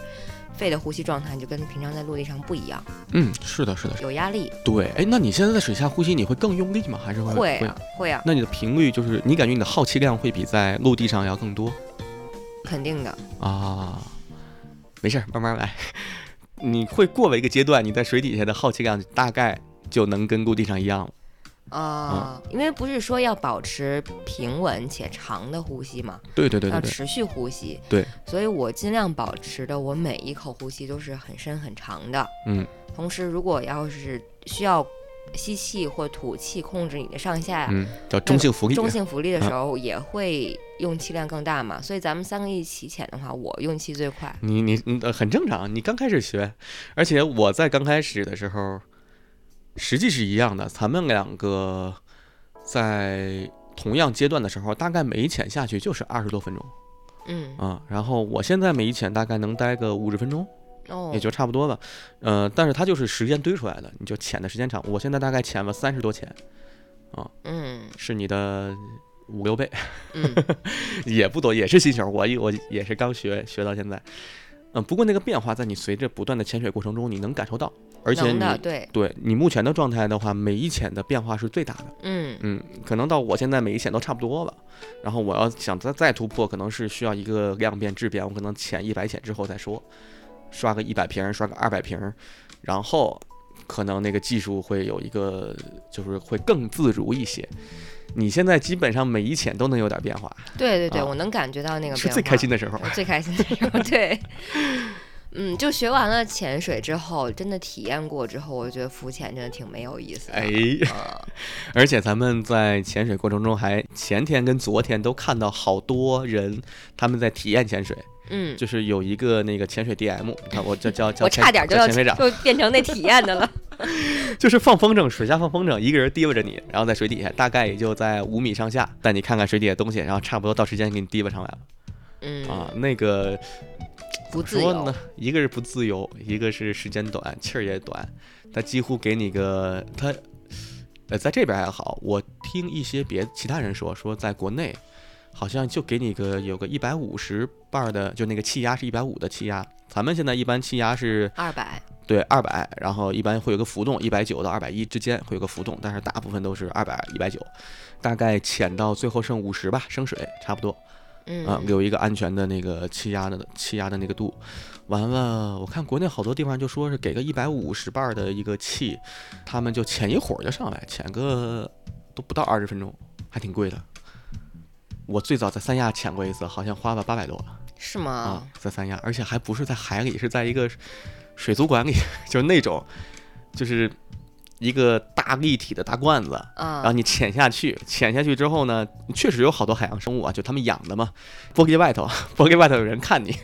A: 肺的呼吸状态就跟平常在陆地上不一样，
B: 嗯，是的，是的，
A: 有压力，
B: 对。哎，那你现在在水下呼吸，你会更用力吗？还是会
A: 会啊会啊，
B: 那你的频率就是你感觉你的耗气量会比在陆地上要更多
A: 肯定的，
B: 啊？没事儿，慢慢来。 你会过了一个阶段，你在水底下的耗气量大概就能跟陆地上一样了。
A: 啊、因为不是说要保持平稳且长的呼吸嘛，
B: 对对对
A: 要
B: 对对，
A: 持续呼吸。
B: 对，
A: 所以我尽量保持的，我每一口呼吸都是很深很长的。
B: 嗯，
A: 同时如果要是需要吸气或吐气控制你的上下、
B: 嗯，叫中性浮
A: 啊
B: 力。
A: 中性浮力
B: 嗯
A: 的时候，也会用气量更大嘛。所以咱们三个一起潜的话，我用气最快。
B: 你你你呃很正常，你刚开始学，而且我在刚开始的时候，实际是一样的。咱们两个在同样阶段的时候，大概每一潜下去就是二十多分钟
A: 嗯，
B: 啊、然后我现在每一潜大概能待个五十分钟，
A: 哦
B: 也，就差不多了。呃，但是它就是时间堆出来的，你就潜的时间长。我现在大概潜了三十多潜，
A: 嗯
B: 是你的五六倍。
A: 嗯，
B: 也不多，也是新手。我一我也是刚学学到现在，嗯，不过那个变化在你随着不断的潜水过程中，你能感受到，而且
A: 能
B: 你
A: 的，对，
B: 对你目前的状态的话，每一潜的变化是最大的。
A: 嗯
B: 嗯，可能到我现在每一潜都差不多了，然后我要想再再突破，可能是需要一个量变质变，我可能潜一百潜之后再说，刷个一百瓶，刷个二百瓶，然后可能那个技术会有一个，就是会更自如一些。你现在基本上每一潜都能有点变化，
A: 对对对，
B: 啊
A: 我能感觉到那个
B: 是
A: 变化。
B: 最开心的时候。
A: 最开心的时候， 对。嗯，就学完了潜水之后，真的体验过之后，我觉得浮潜真的挺没有意思的。
B: 哎，
A: 啊，
B: 而且咱们在潜水过程中，还前天跟昨天都看到好多人他们在体验潜水，
A: 嗯，
B: 就是有一个那个潜水 DM，他我叫叫叫
A: 我
B: 潜
A: 差点就
B: 叫
A: 要
B: 潜水长，
A: 就变成那体验的了。
B: 就是放风筝，水下放风筝，一个人提拔着你，然后在水底下大概也就在五米上下，带你看看水底的东西，然后差不多到时间给你提拔上来了
A: 嗯，
B: 啊。那个
A: 不
B: 怎
A: 自
B: 么说
A: 由
B: 呢。，一个是不自由，一个是时间短，气儿也短，他几乎给你个他，呃，在这边还好，我听一些别其他人说，说在国内好像就给你个有个一百五十儿的，就那个气压是一百五的气压，咱们现在一般气压是
A: 二百，
B: 对二百，然后一般会有个浮动，一百九到二百一之间会有个浮动，但是大部分都是二百一百九，大概潜到最后剩五十吧，升水差不多。
A: 嗯，
B: 啊，有一个安全的那个气压的气压的那个度。完了，我看国内好多地方就说是给个一百五十儿的一个气，他们就潜一会儿就上来，潜个都不到二十分钟，还挺贵的。我最早在三亚潜过一次，好像花了八百多
A: 是吗
B: 啊？，在三亚，而且还不是在海里，是在一个水族馆里， 就是那种，就是一个大立体的大罐子，然后
A: 啊，
B: 你潜下去，潜下去之后呢，确实有好多海洋生物啊，就他们养的嘛。玻璃外头，玻璃外头有人看你，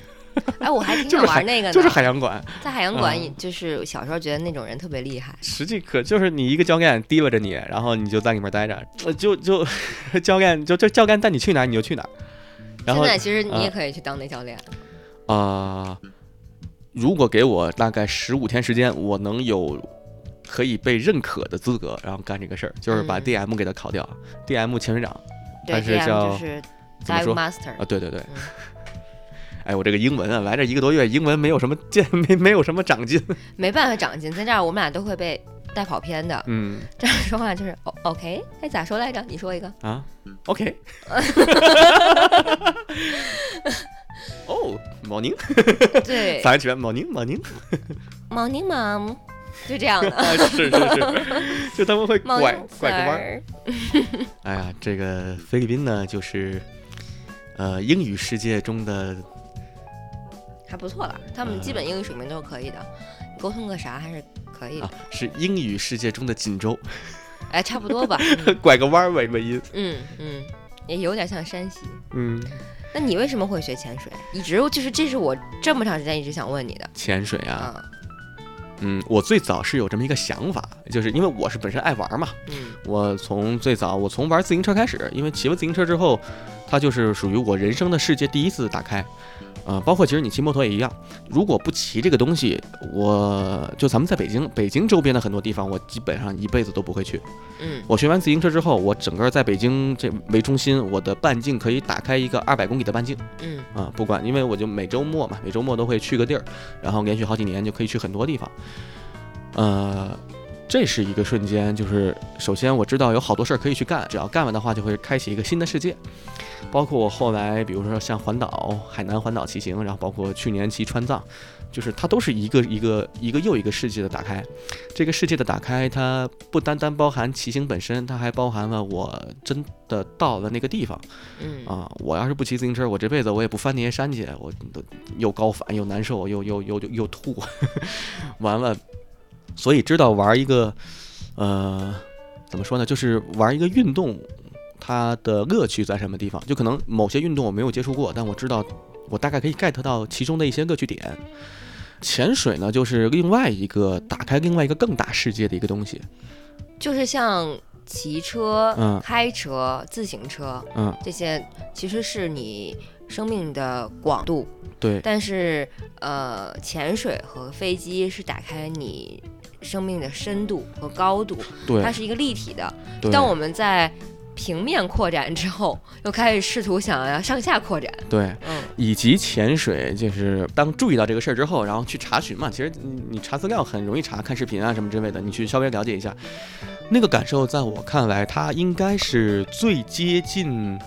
A: 哎，我还挺
B: 就
A: 想
B: 是海
A: 玩那个呢。
B: 就是海洋馆。
A: 在海洋馆
B: 嗯
A: 也，就是小时候觉得那种人特别厉害。
B: 实际可就是你一个教练提拔着你，然后你就在里面待着，呃就就 教练就就教练带你去哪儿你就去哪儿。然
A: 现
B: 后
A: 在其实你
B: 嗯
A: 也可以去当那教练。
B: 啊、如果给我大概十五天时间，我能有可以被认可的资格，然后干这个事儿，就是把
A: 嗯
B: DM 给他考掉、d 啊 m 潜水长啊、
A: 对，
B: 但是
A: 这样就
B: 叫
A: 是
B: 怎么
A: dive
B: 说呃
A: master。
B: 对对对
A: 嗯。
B: 哎，我这个英文啊，来这一个多月，英文没有什么见， 没没有什么长进。
A: 没办法长进，在这儿我们俩都会被带跑偏的。
B: 嗯
A: 这样说话就是哦 OK，哎，咋说来着？你说一个。
B: 啊，OK。哦，morning，
A: 对
B: 哦早上起来，morning morning。
A: ，Morning Mom，就这样 的
B: 啊是是是，就他们会
A: 冒
B: 拐
A: 用词
B: 拐个弯儿。
A: 儿。
B: 哎呀，这个菲律宾呢，就是呃英语世界中的
A: 还不错了，他们基本英语水平都是可以的，沟通个啥还是可以的
B: 啊，，是英语世界中的锦州，
A: 哎，差不多吧，
B: 拐个弯儿尾巴音。
A: 嗯嗯，也有点像山西。
B: 嗯，
A: 那你为什么会学潜水？一直就是这是我这么长时间一直想问你的
B: 潜水啊，
A: 啊，
B: 嗯，我最早是有这么一个想法，就是因为我是本身爱玩儿嘛，
A: 嗯
B: 我从最早我从玩自行车开始，因为骑了自行车之后，它就是属于我人生的世界第一次打开。呃，包括其实你骑摩托也一样，如果不骑这个东西，我就咱们在北京，北京周边的很多地方，我基本上一辈子都不会去。
A: 嗯
B: 我学完自行车之后，我整个在北京这为中心，我的半径可以打开一个二百公里的半径。
A: 嗯
B: 啊，不管，因为我就每周末嘛，每周末都会去个地儿，然后连续好几年就可以去很多地方。呃，这是一个瞬间，就是首先我知道有好多事儿可以去干，只要干完的话，就会开启一个新的世界。包括我后来，比如说像环岛、海南环岛骑行，然后包括去年骑川藏，就是它都是一个一个一个又一个世界的打开。这个世界的打开，它不单单包含骑行本身，它还包含了我真的到了那个地方。
A: 嗯
B: 啊，我要是不骑自行车，我这辈子我也不翻那些山去，我都又高反又难受又又又又又吐， 完了，所以知道玩一个，呃，怎么说呢，就是玩一个运动，它的乐趣在什么地方？就可能某些运动我没有接触过，但我知道我大概可以 get 到其中的一些乐趣点。潜水呢，就是另外一个打开另外一个更大世界的一个东西，
A: 就是像骑车、
B: 嗯
A: 开车、自行车
B: 嗯，
A: 这些，其实是你生命的广度，
B: 对，
A: 但是呃，潜水和飞机是打开你生命的深度和高度，
B: 对
A: 它，是一个立体的。
B: 对，
A: 当我们在平面扩展之后，又开始试图想要上下扩展，
B: 对。
A: 嗯
B: 以及潜水，就是当注意到这个事儿之后，然后去查询嘛。其实你你查资料很容易查，看视频啊什么之类的，你去稍微了解一下。那个感受，在我看来，它应该是最接近，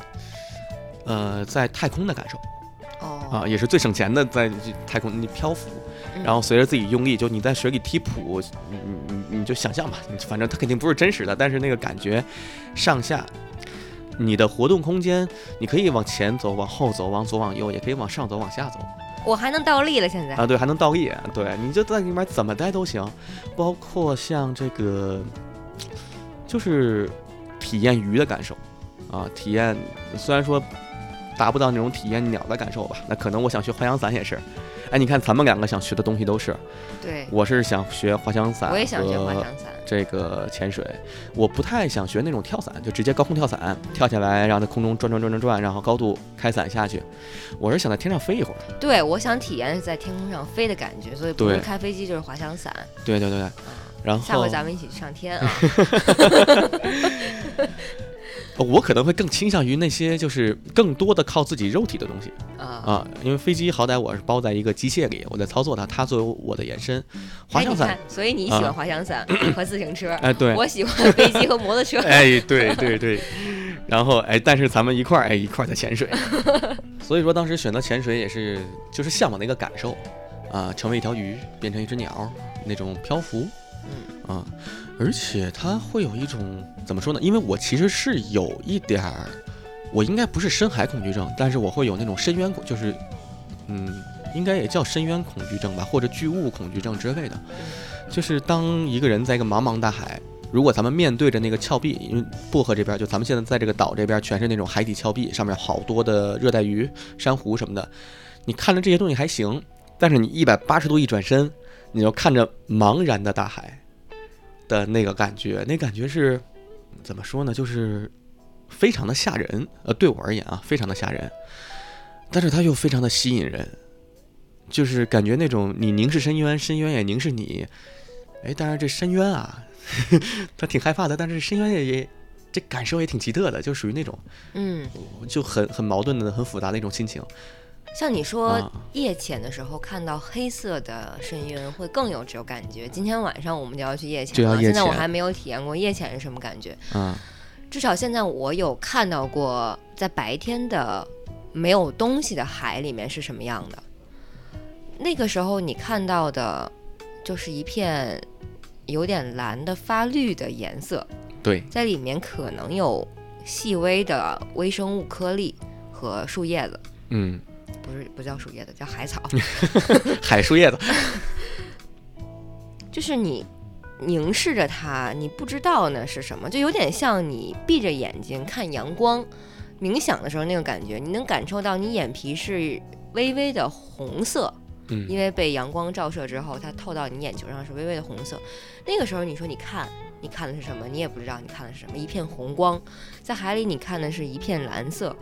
B: 呃，在太空的感受
A: 哦
B: 啊，也是最省钱的，在太空你漂浮，然后随着自己用力，就你在水里踢普，你你你你就想象吧，你反正它肯定不是真实的，但是那个感觉，上下，你的活动空间，你可以往前走，往后走，往左往右，也可以往上走，往下走
A: 我还能倒立了，现在、
B: 啊，对，还能倒立，对，你就在里面怎么待都行，包括像这个，就是体验鱼的感受啊，体验虽然说达不到那种体验鸟的感受吧，那可能我想学滑翔伞也是，哎，你看咱们两个想学的东西都是。
A: 对，
B: 我是想学滑翔伞，
A: 我也想学滑。翔伞。
B: 这个潜水，我不太想学那种跳伞，就直接高空跳伞，跳下来，然后在空中转转转转转，然后高度开伞下去。我是想在天上飞一会儿。
A: 对，我想体验在天空上飞的感觉，所以不是
B: 对
A: 开飞机就是滑翔伞。
B: 对对对对，然
A: 下
B: 后
A: 回咱们一起去上 天啊！
B: 呃我可能会更倾向于那些就是更多的靠自己肉体的东西
A: 啊，
B: 啊，因为飞机好歹我是包在一个机械里，我在操作它，它作为我的延伸。滑
A: 哎，
B: 翔
A: 你
B: 伞
A: 看，，所以你喜欢滑翔 伞和自行车，
B: 哎对，
A: 我喜欢飞机和摩托车。
B: 哎，对对对，然后哎，但是咱们一块儿哎一块儿在潜水，所以说当时选择潜水也是就是向往的一个感受，啊、成为一条鱼，变成一只鸟那种漂浮，嗯啊，而且它会有一种怎么说呢？因为我其实是有一点儿，我应该不是深海恐惧症，但是我会有那种深渊恐，就是嗯，应该也叫深渊恐惧症吧，或者巨物恐惧症之类的，就是当一个人在一个茫茫大海。如果咱们面对着那个峭壁，因为薄荷这边就咱们现在在这个岛这边全是那种海底峭壁，上面好多的热带鱼、珊瑚什么的。你看着这些东西还行，但是你一百八十度一转身，你就看着茫然的大海的那个感觉，那感觉是怎么说呢？就是非常的吓人。呃，对我而言啊，非常的吓人，但是它又非常的吸引人，就是感觉那种你凝视深渊，深渊也凝视你。哎，但是这深渊啊，他挺害怕的，但是深渊也也这感受也挺奇特的，就属于那种
A: 嗯，
B: 就很很矛盾的、很复杂的一种心情。
A: 像你说
B: 啊
A: 夜潜的时候看到黑色的深渊会更有这种感觉。今天晚上我们就要去夜
B: 就
A: 潜
B: 要
A: 了，
B: 夜
A: 现在我
B: 潜
A: 还没有体验过夜潜是什么感觉。
B: 嗯
A: 至少现在我有看到过在白天的没有东西的海里面是什么样的。那个时候你看到的，就是一片有点蓝的发绿的颜色，
B: 对，
A: 在里面可能有细微的微生物颗粒和树叶子，
B: 嗯，
A: 不是不叫树叶子，叫海草，
B: 海树叶子，
A: 就是你凝视着它，你不知道那是什么，就有点像你闭着眼睛看阳光冥想的时候那个感觉，你能感受到你眼皮是微微的红色，
B: 嗯
A: 因为被阳光照射之后，它透到你眼球上是微微的红色。那个时候你说你看，你看的是什么？你也不知道你看的是什么，一片红光。在海里你看的是一片蓝色，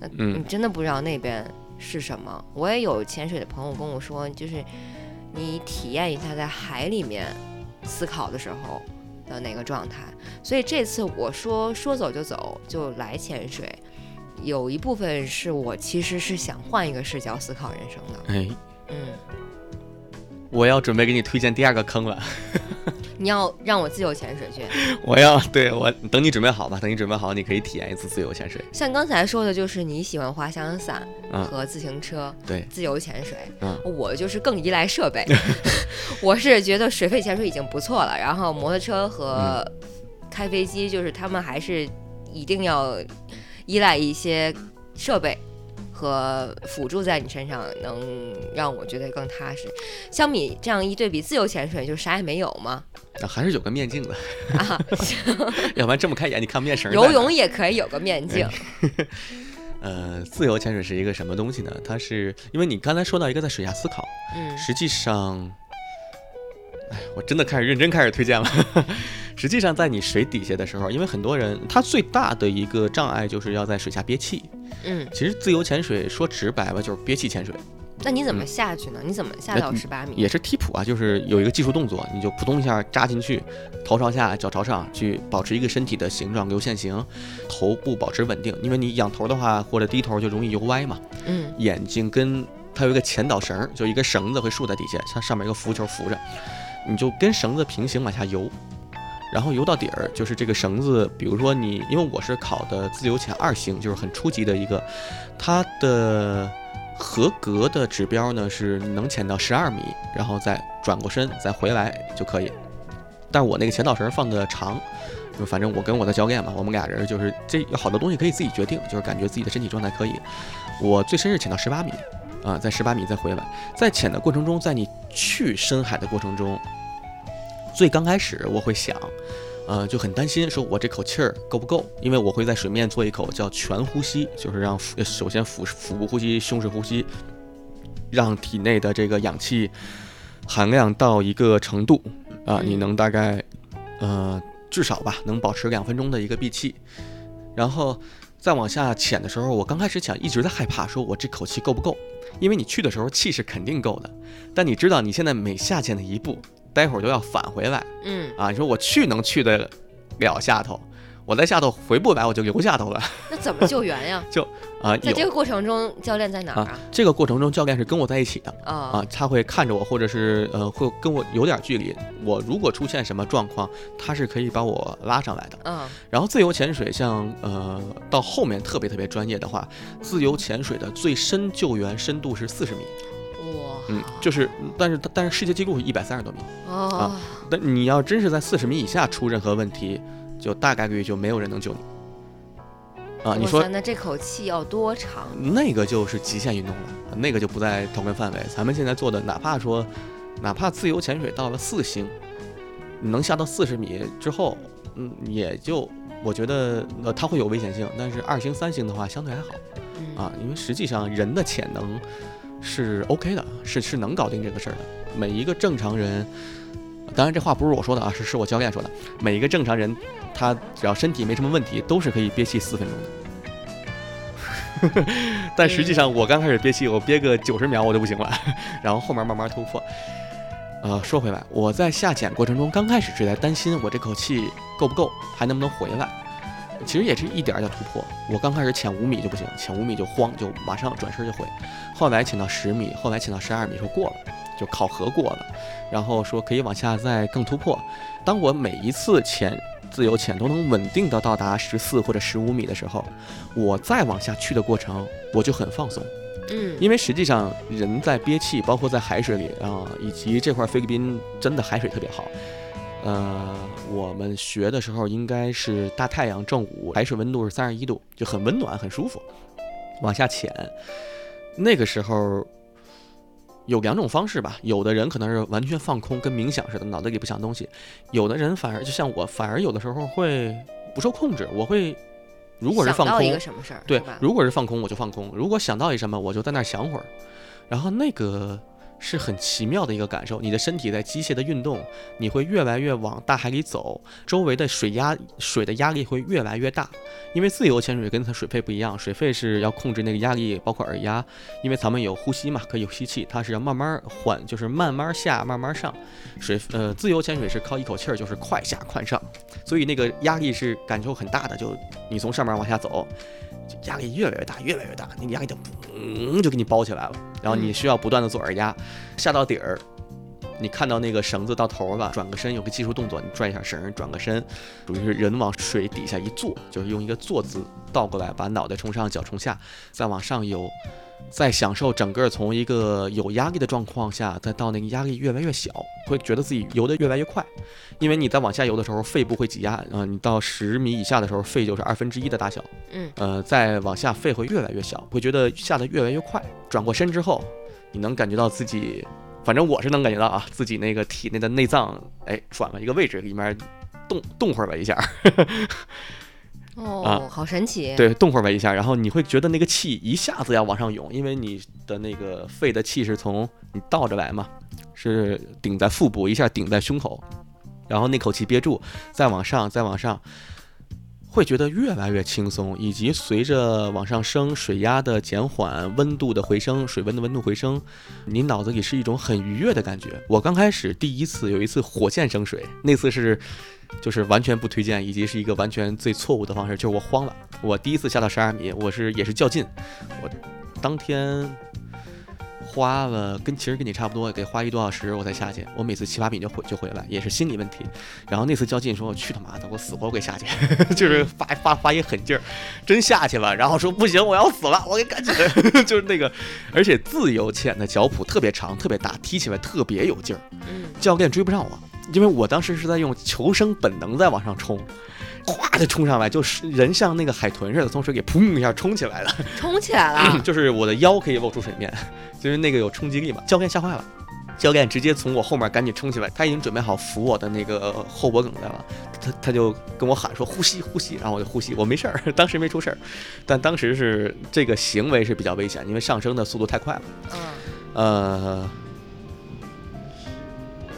A: 那
B: 嗯
A: 你真的不知道那边是什么。我也有潜水的朋友跟我说，就是你体验一下在海里面思考的时候的那个状态。所以这次我说说走就走，就来潜水。有一部分是我其实是想换一个视角思考人生的，
B: 哎，
A: 嗯，
B: 我要准备给你推荐第二个坑了。
A: 你要让我自由潜水去，
B: 我要对我等你准备好吧，等你准备好，你可以体验一次自由潜水。
A: 像刚才说的，就是你喜欢滑翔伞
B: 嗯
A: 和自行车，
B: 对，
A: 自由潜水。
B: 嗯
A: 我就是更依赖设 备，我是觉得水肺潜水已经不错了，然后摩托车和
B: 嗯
A: 开飞机，就是他们还是一定要依赖一些设备。和辅助在你身上，能让我觉得更踏实。相比这样一对比，自由潜水就啥也没有 嘛。
B: 啊还是有个面镜的，
A: 啊，
B: 要不然睁不开眼，你看不见绳儿在哪
A: 游
B: 儿。
A: 泳也可以有个面 镜，
B: 呃，自由潜水是一个什么东西呢？它是因为你刚才说到一个在水下思考，
A: 嗯
B: 实际上，哎，我真的开始认真开始推荐了。 实际上，在你水底下的时候，因为很多人他最大的一个障碍就是要在水下憋气。
A: 嗯。
B: 其实自由潜水说直白吧，就是憋气潜水，
A: 那你怎么下去呢？你怎么下到
B: 那
A: 十八米？
B: 也是踢蹼啊，就是有一个技术动作，你就扑通一下扎进去，头朝下，脚朝上，去保持一个身体的形状流线型，头部保持稳定。因为你仰头的话或者低头就容易游歪嘛。
A: 嗯
B: 眼睛跟它有一个前导绳儿，就一根绳子会竖在底下，像上面一个浮球浮着，你就跟绳子平行往下游，然后游到底儿，就是这个绳子，比如说你，因为我是考的自由潜二星，就是很初级的一个，它的合格的指标呢是能潜到十二米，然后再转过身再回来就可以。但我那个前导绳儿放的长，就反正我跟我的教练嘛，我们俩人就是这有好多东西可以自己决定，就是感觉自己的身体状态可以。我最深是潜到十八米，啊、在十八米再回来，在潜的过程中，在你去深海的过程中，最刚开始我会想，呃，就很担心，说我这口气儿够不够？因为我会在水面做一口叫全呼吸，就是让腹呃首先腹腹部呼吸、胸式呼吸，让体内的这个氧气含量到一个程度啊、你
A: 嗯
B: 能大概呃至少吧，能保持两分钟的一个闭气，然后再往下潜的时候，我刚开始潜一直在害怕，说我这口气够不够？因为你去的时候气是肯定够的，但你知道你现在每下潜的一步，待会儿都要返回来
A: 嗯，
B: 啊。你说我去能去得了下头，我在下头回不来我就留下头了
A: 那怎么救援呀？
B: 啊。
A: 在这
B: 有
A: 个过程中，教练在哪儿
B: 啊，这个过程中教练是跟我在一起的。
A: 啊？
B: 啊，他会看着我，或者是呃，会跟我有点距离。我如果出现什么状况，他是可以把我拉上来的。
A: 啊，
B: 然后自由潜水像，呃到后面特别特别专业的话，自由潜水的最深救援深度是四十米，
A: 嗯，哇，
B: 嗯，啊就是但是但是世界纪录是一百三十多米，
A: 哦，
B: 但你要真是在四十米以下出任何问题，就大概率就没有人能救你。啊，你
A: 哇
B: 说
A: 塞那这口气要多长？
B: 那个就是极限运动了，那个就不在讨论范围。咱们现在做的，哪怕说，哪怕自由潜水到了四星，你能下到四十米之后，嗯，也就我觉得呃它会有危险性，但是二星、三星的话相对还好
A: 嗯，
B: 啊，因为实际上人的潜能是 OK 的，是是能搞定这个事儿的。每一个正常人，呃当然这话不是我说的啊，是是我教练说的。每一个正常人，他只要身体没什么问题，都是可以憋气四分钟的。但实际上，我刚开始憋气，我憋个九十秒我就不行了， 然后后面慢慢突破。呃，说回来，我在下潜过程中，刚开始是在担心我这口气够不够，还能不能回来。其实也是一点儿点儿突破。我刚开始潜五米就不行，潜五米就慌，就马上转身就回。后来潜到十米，后来潜到十二米说过了，就考核过了，然后说可以往下再更突破。当我每一次潜自由潜都能稳定的到达十四或者十五米的时候，我再往下去的过程我就很放松，
A: 嗯，
B: 因为实际上嗯人在憋气，包括在海水里啊、以及这块菲律宾真的海水特别好。呃，我们学的时候应该是大太阳正午，海水温度是三十一度，就很温暖，很舒服。往下潜，那个时候有两种方式吧，有的人可能是完全放空，跟冥想似的，脑袋里不想东西；有的人反而就像我，反而有的时候会不受控制，我会如果是放
A: 想到一
B: 空
A: 个，什么事儿，
B: 对
A: 是吧，
B: 如果是放空我就放空，如果想到一什么我就在那儿想会儿，然后那个是很奇妙的一个感受，你的身体在机械的运动，你会越来越往大海里走，周围的水压水的压力会越来越大，因为自由潜水跟它水肺不一样，水肺是要控制那个压力，包括耳压，因为咱们有呼吸嘛，可以有吸气，它是要慢慢缓，就是慢慢下，慢慢上，水呃自由潜水是靠一口气儿，就是快下快上，所以那个压力是感受很大的，就你从上面往下走。压力越来越大，越来越大，那个压力就嘣就给你包起来了，然后你需要不断的做耳压，下到底儿，你看到那个绳子到头了，转个身有个技术动作，你拽一下绳，转个身，属于是人往水底下一坐，就是用一个坐姿倒过来，把脑袋冲上，脚冲下，再往上游，再享受整个从一个有压力的状况下，再到那个压力越来越小，会觉得自己游得越来越快，因为你在往下游的时候，肺部会挤压，啊、你到十米以下的时候，肺就是二分之一的大小。
A: 嗯，
B: 呃，再往下肺会越来越小，会觉得下得越来越快。转过身之后，你能感觉到自己，反正我是能感觉到啊，自己那个体内的内脏，哎，转了一个位置，里面动动会儿了一下，
A: 哦
B: 啊，
A: 好神奇，
B: 对，动会儿了一下，然后你会觉得那个气一下子要往上涌，因为你的那个肺的气是从你倒着来嘛，是顶在腹部，一下顶在胸口，然后那口气憋住，再往上，再往上，会觉得越来越轻松，以及随着往上升，水压的减缓，温度的回升，水温的温度回升，你脑子里是一种很愉悦的感觉。我刚开始第一次有一次火箭升水，那次是就是完全不推荐，以及是一个完全最错误的方式，就是我慌了。我第一次下到十二米，我是也是较劲，我当天花了跟其实跟你差不多，得花一个多小时我才下去。我每次七八米就回就回来，也是心理问题。然后那次较劲说，我去他妈的，我死活给下去， 就是发发发一狠劲儿，真下去了。然后说不行，我要死了，我给赶紧， 就是那个，而且自由潜的脚蹼特别长，特别大，踢起来特别有劲儿。
A: 嗯，
B: 教练追不上我，因为我当时是在用求生本能在往上冲，哗就冲上来，就是人像那个海豚似的从水里砰一下冲起来了，
A: 冲起来了，
B: 就是我的腰可以露出水面，就是那个有冲击力嘛。教练吓坏了。教练直接从我后面赶紧冲起来，他已经准备好扶我的那个后脖梗来了，他他就跟我喊说呼吸呼吸，然后我就呼吸，我没事儿， 当时没出事儿，但当时是这个行为是比较危险，因为上升的速度太快了。
A: 嗯，
B: 呃，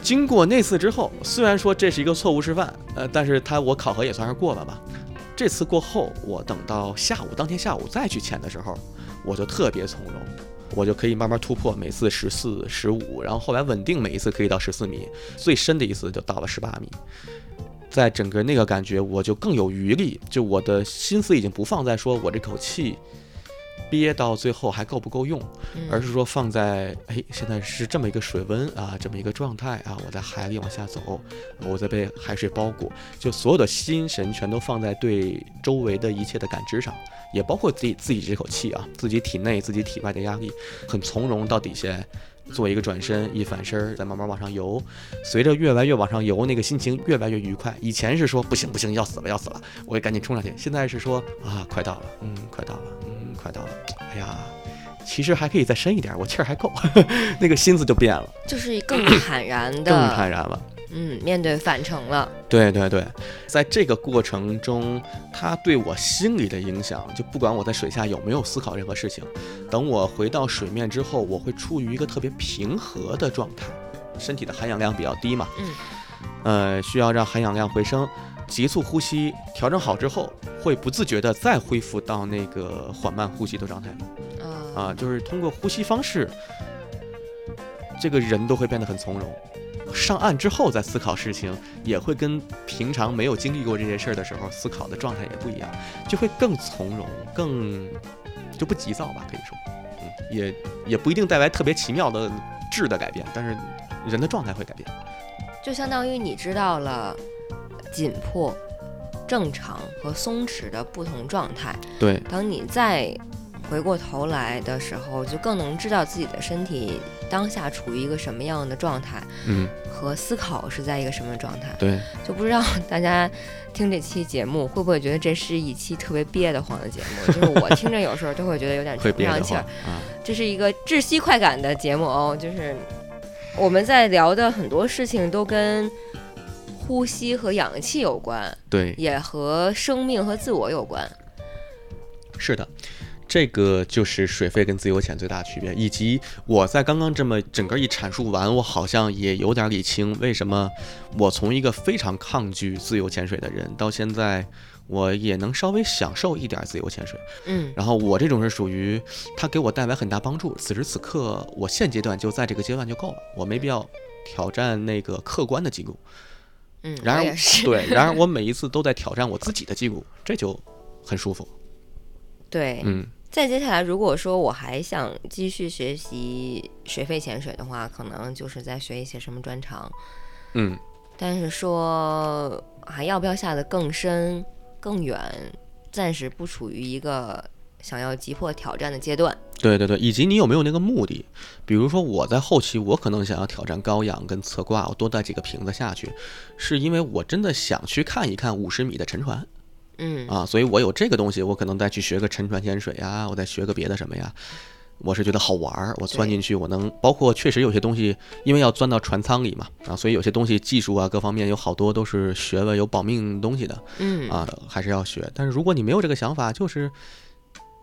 B: 经过那次之后，虽然说这是一个错误示范，呃，但是他我考核也算是过了吧。这次过后，我等到下午当天下午再去潜的时候，我就特别从容，我就可以慢慢突破每次十四、十五，然后后来稳定每一次可以到十四米，最深的一次就到了十八米。在整个那个感觉，我就更有余力，就我的心思已经不放在说我这口气憋到最后还够不够用，
A: 嗯
B: 而是说放在哎，现在是这么一个水温啊，这么一个状态啊，我在海里往下走，我在被海水包裹，就所有的心神全都放在对周围的一切的感知上，也包括自己自己这口气啊，自己体内、自己体外的压力，很从容到底下。做一个转身，一反身儿，再慢慢往上游。随着越来越往上游，那个心情越来越愉快。以前是说不行不行，要死了要死了，我也赶紧冲上去。现在是说啊，快到了，嗯，快到了，嗯，快到了。哎呀，其实还可以再深一点，我气儿还够， 那个心思就变了，
A: 就是更坦然的，
B: 嗯更坦然了。
A: 嗯，面对返程了，
B: 对对对，在这个过程中，它对我心理的影响，就不管我在水下有没有思考任何事情，等我回到水面之后，我会处于一个特别平和的状态，身体的含氧量比较低嘛，
A: 嗯，
B: 呃，需要让含氧量回升，急促呼吸调整好之后，会不自觉的再恢复到那个缓慢呼吸的状态。
A: 啊，
B: 啊，就是通过呼吸方式，这个人都会变得很从容。上岸之后再思考事情，也会跟平常没有经历过这些事儿的时候思考的状态也不一样，就会更从容，更就不急躁吧，可以说，嗯，也也不一定带来特别奇妙的质的改变，但是人的状态会改变。
A: 就相当于你知道了紧迫、正常和松弛的不同状态。
B: 对
A: 等你再回过头来的时候，就更能知道自己的身体当下处于一个什么样的状态，
B: 嗯，
A: 和思考是在一个什么状态。
B: 对，
A: 就不知道 大家听这期节目会不会觉得这是一期特别憋得慌的节目？就是我听着有时候都会觉得有点
B: 会
A: 喘不
B: 憋
A: 上
B: 得
A: 气
B: 慌
A: 儿，
B: 啊，
A: 这是一个窒息快感的节目哦。就是我们在聊的很多事情都跟呼吸和氧气有关，
B: 对，
A: 也和生命和自我有关。
B: 是的，这个就是水费跟自由潜最大的区别，以及我在刚刚这么整个一阐述完，我好像也有点理清为什么我从一个非常抗拒自由潜水的人，到现在我也能稍微享受一点自由潜水。
A: 嗯
B: 然后我这种是属于它给我带来很大帮助，此时此刻我现阶段就在这个阶段就够了，我没必要挑战那个客观的记录。
A: 嗯，
B: 然
A: 我
B: 而
A: 也是
B: 对，然而我每一次都在挑战我自己的记录，这就很舒服。
A: 对，
B: 嗯，
A: 再接下来，如果说我还想继续学习水肺潜水的话，可能就是在学一些什么专长。
B: 嗯，
A: 但是说还要不要下得更深、更远，暂时不处于一个想要急迫挑战的阶段。
B: 对对对，以及你有没有那个目的？比如说，我在后期我可能想要挑战高氧跟侧挂，我多带几个瓶子下去，是因为我真的想去看一看五十米的沉船
A: 嗯，
B: 啊，所以我有这个东西，我可能再去学个沉船潜水呀，我再学个别的什么呀。我是觉得好玩儿，我钻进去，我能包括确实有些东西，因为要钻到船舱里嘛，啊，所以有些东西技术啊各方面有好多都是学问有保命东西的，
A: 嗯
B: 啊，还是要学。但是如果你没有这个想法，就是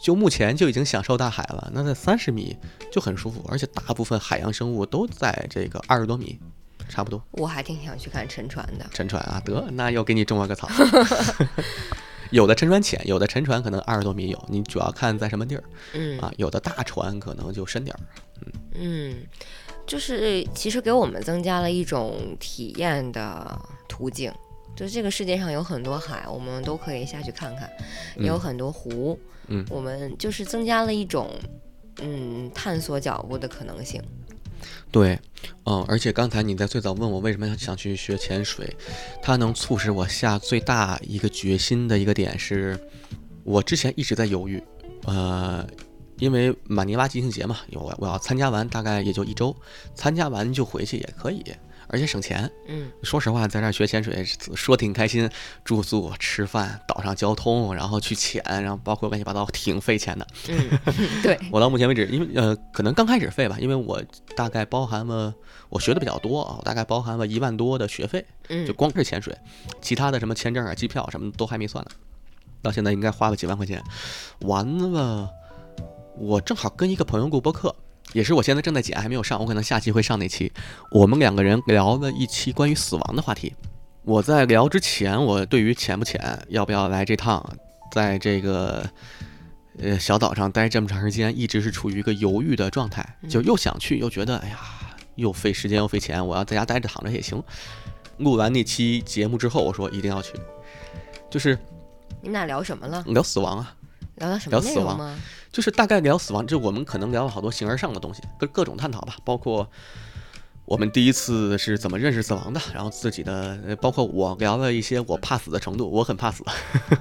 B: 就目前就已经享受大海了，那在三十米就很舒服，而且大部分海洋生物都在这个二十多米，差不多
A: 我还挺想去看沉船的。
B: 沉船啊，得那又给你种了个草。 有的沉船浅，有的沉船可能二十多米有，你主要看在什么地儿
A: 嗯
B: 啊。有的大船可能就深点儿。
A: 嗯，就是其实给我们增加了一种体验的途径。就这个世界上有很多海，我们都可以下去看看，也有
B: 嗯
A: 很多湖，
B: 嗯
A: 我们就是增加了一种嗯探索脚步的可能性。
B: 对，嗯，而且刚才你在最早问我为什么想去学潜水，它能促使我下最大一个决心的一个点是，我之前一直在犹豫，呃，因为马尼拉进行节嘛，我我要参加完大概也就一周，参加完就回去也可以，而且省钱。
A: 嗯
B: 说实话，在这儿学潜水说挺开心，住宿、吃饭、岛上交通，然后去潜，然后包括乱七八糟，挺费钱的。
A: 嗯，对，
B: 我到目前为止，因为呃，可能刚开始费吧，因为我大概包含了我学的比较多啊，我大概包含了一万多的学费，
A: 嗯
B: 就光是潜水，其他的什么签证啊、机票什么都还没算呢。到现在应该花了几万块钱，完了，我正好跟一个朋友录播客，也是我现在正在剪，还没有上，我可能下期会上那期。我们两个人聊了一期关于死亡的话题。我在聊之前，我对于潜不潜，要不要来这趟，在这个呃小岛上待这么长时间，一直是处于一个犹豫的状态，就又想去，又觉得哎呀，又费时间又费钱，我要在家待着躺着也行。录完那期节目之后，我说一定要去，就是
A: 你们俩聊什么了？
B: 聊死亡啊，
A: 聊到什么
B: 聊
A: 内
B: 死
A: 容
B: 亡
A: 吗？
B: 就是大概聊死亡，就我们可能聊了好多形而上的东西，各各种探讨吧，包括我们第一次是怎么认识死亡的，然后自己的，呃包括我聊了一些我怕死的程度，我很怕死，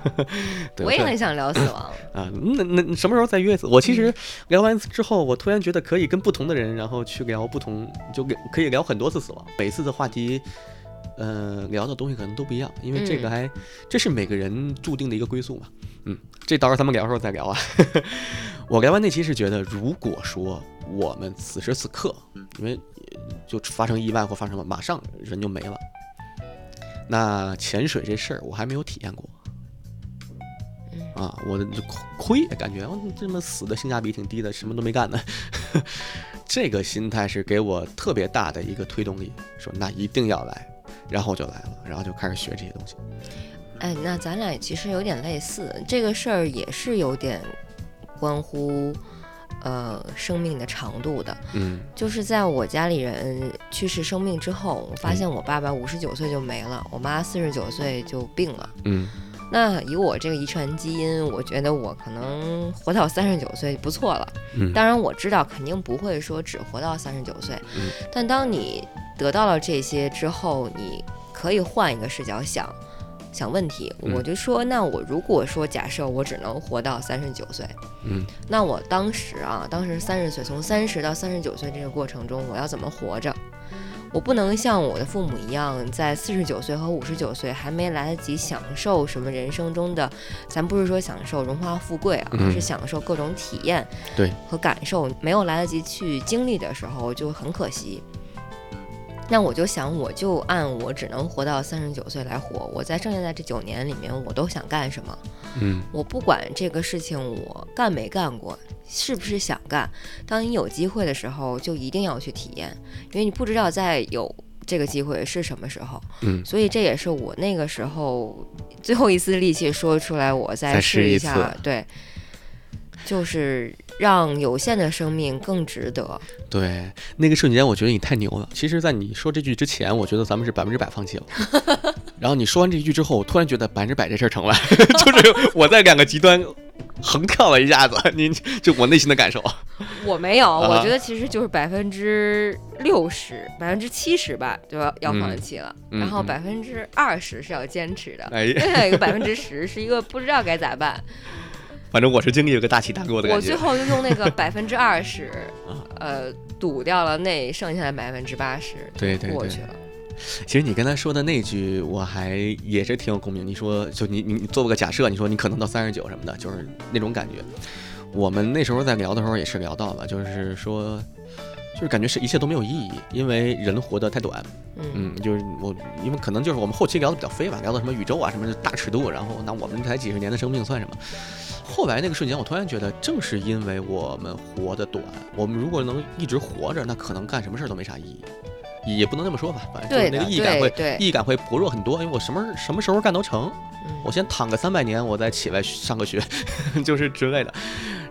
B: 对
A: 我也
B: 特
A: 很想聊死 亡。
B: 啊，那那那什么时候再约一次？我其实聊完之后，我突然觉得可以跟不同的人，然后去聊不同，就跟可以聊很多次死亡，每次的话题。呃，聊的东西可能都不一样，因为这个
A: 嗯
B: 还、这是每个人注定的一个归宿嘛。嗯，这到时候咱们聊的时候再聊啊。 我聊完那期是觉得，如果说我们此时此刻，因为呃就发生意外或发生了，马上人就没了。那潜水这事儿我还没有体验过，啊，我的就亏感觉，我这么死的性价比挺低的，什么都没干呢。 这个心态是给我特别大的一个推动力，说那一定要来，然后就来了，然后就开始学这些东西。
A: 哎，那咱俩其实有点类似，这个事儿也是有点关乎呃生命的长度的。
B: 嗯
A: 就是在我家里人去世生病之后，我
B: 嗯
A: 发现我爸爸五十九岁就没了，我妈四十九岁就病了。
B: 嗯
A: 那以我这个遗传基因，我觉得我可能活到三十九岁不错了。
B: 嗯
A: 当然我知道肯定不会说只活到三十九岁，
B: 嗯
A: 但当你得到了这些之后，你可以换一个视角想，想问题。
B: 嗯
A: 我就说，那我如果说假设我只能活到三十九岁，
B: 嗯，
A: 那我当时啊，当时三十岁，从三十到三十九岁这个过程中，我要怎么活着？我不能像我的父母一样，在四十九岁和五十九岁还没来得及享受什么人生中的，咱不是说享受荣华富贵啊，
B: 嗯
A: 而是享受各种体验
B: 对
A: 和感受，没有来得及去经历的时候，就很可惜。那我就想，我就按我只能活到三十九岁来活，我在剩下的这九年里面，我都想干什么？
B: 嗯
A: 我不管这个事情我干没干过，是不是想干，当你有机会的时候，就一定要去体验，因为你不知道在有这个机会是什么时候。
B: 嗯，
A: 所以这也是我那个时候最后一丝力气说出来，我
B: 再
A: 再
B: 试
A: 试
B: 一
A: 一
B: 次
A: 下，对，就是让有限的生命更值得。
B: 对，那个瞬间我觉得你太牛了。其实，在你说这句之前，我觉得咱们是百分之百放 弃了。然后你说完这一句之后，我突然觉得百分之百这事儿成了， 就是我在两个极端横跳了一下子，你就我内心的感受。
A: 我没有，
B: 啊
A: 我觉得其实就是百分之六十、百分之七十吧，就要要
B: 嗯
A: 放弃了，
B: 嗯
A: 然后
B: 嗯
A: 百分之二十是要坚持的。
B: 哎，
A: 另外一个百分之十是一个不知道该咋办。
B: 反正我是经历了个大起大落的
A: 我
B: 感
A: 最
B: 觉。
A: 后就用那 个百分之二十
B: 啊，
A: 呃，堵掉了那剩下的百分之八十，
B: 对对
A: 过
B: 对
A: 去，了。
B: 其实你刚才说的那句，我还也是挺有共鸣。你说，就你你你做个假设，你说你可能到三十九什么的，就是那种感觉。我们那时候在聊的时候也是聊到了，就是说，就是感觉是一切都没有意义，因为人活得太短。
A: 嗯，
B: 嗯，就是我，因为可能就是我们后期聊的比较飞吧，聊到什么宇宙啊，什么大尺度，然后那我们才几十年的生命算什么？后来那个瞬间，我突然觉得，正是因为我们活得短，我们如果能一直活着，那可能干什么事儿都没啥意义，也不能这么说吧，反正就是
A: 对
B: 那
A: 的，
B: 个意义感
A: 对
B: 会。
A: 对，
B: 意义感会薄弱很多，因为我什么什么时候干都成，
A: 嗯
B: 我先躺个三百年，我再起来上个学， 就是之类的。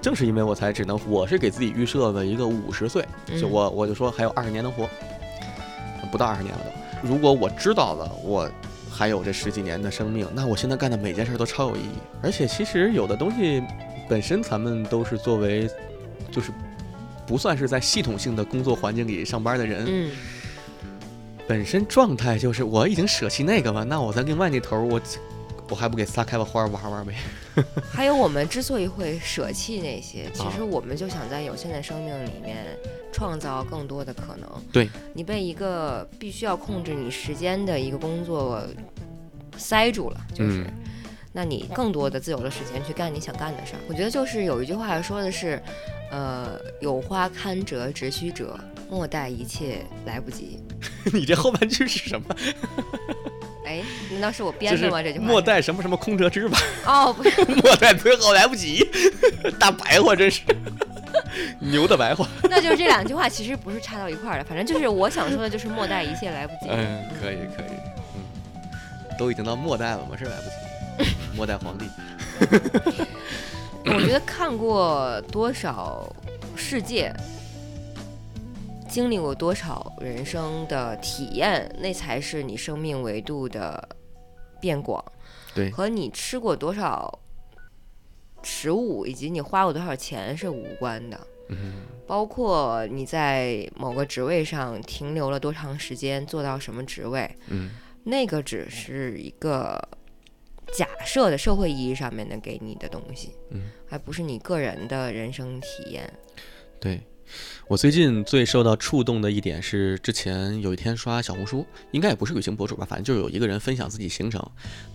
B: 正是因为我才只能，我是给自己预设了一个五十岁，就
A: 嗯
B: 我我就说还有二十年能活，不到二十年了都。如果我知道了我还有这十几年的生命，那我现在干的每件事都超有意义。而且其实有的东西本身咱们都是作为，就是不算是在系统性的工作环境里上班的人，
A: 嗯，
B: 本身状态就是我已经舍弃那个了，那我在另外那头儿我我还不给撒开了花儿玩玩呗？
A: 还有我们之所以会舍弃那些，其
B: 啊
A: 实我们就想在有限的生命里面创造更多的可能。
B: 对，
A: 你被一个必须要控制你时间的一个工作塞住了，就是。
B: 嗯
A: 那你更多的自由的时间去干你想干的事儿，我觉得就是有一句话说的是，呃，有花堪折直须折，莫待一切来不及。
B: 你这后半句是什么？
A: 哎，难道是我
B: 就
A: 编
B: 是
A: 的吗？这句话
B: 莫待什么什么空折枝吧。
A: 哦，不是，
B: 莫待最后来不及，大白话真是 牛的白话。
A: 那就是这两句话其实不是插到一块儿的，反正就是我想说的就是莫待一切来不 及。
B: 嗯，可以可以，嗯，都已经到末代了嘛，是来不及。末代皇帝，
A: 我觉得看过多少世界，经历过多少人生的体验，那才是你生命维度的变广。
B: 对
A: 和你吃过多少食物以及你花过多少钱是无关的。
B: 嗯，
A: 包括你在某个职位上停留了多长时间，做到什么职位，
B: 嗯，
A: 那个只是一个假设的社会意义上面的给你的东西，
B: 嗯，
A: 还不是你个人的人生体验。
B: 对。我最近最受到触动的一点是，之前有一天刷小红书，应该也不是旅行博主吧，反正就有一个人分享自己行程，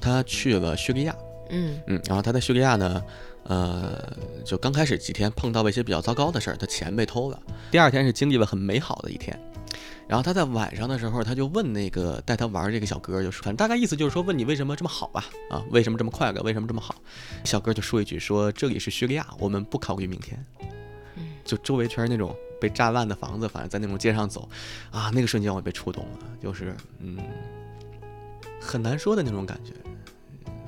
B: 他去了叙利亚，
A: 嗯
B: 嗯，然后他在叙利亚呢，呃，就刚开始几天碰到了一些比较糟糕的事儿，他钱被偷了。第二天是经历了很美好的一天。然后他在晚上的时候，他就问那个带他玩儿这个小哥儿，就说，反正大概意思就是说，问你为什么这么好吧？啊，为什么这么快乐？为什么这么好？小哥儿就说一句说，这里是叙利亚，我们不考虑明天。
A: 嗯
B: 就周围全是那种被炸烂的房子，反正在那种街上走，啊，那个瞬间我被触动了，就是嗯，很难说的那种感觉。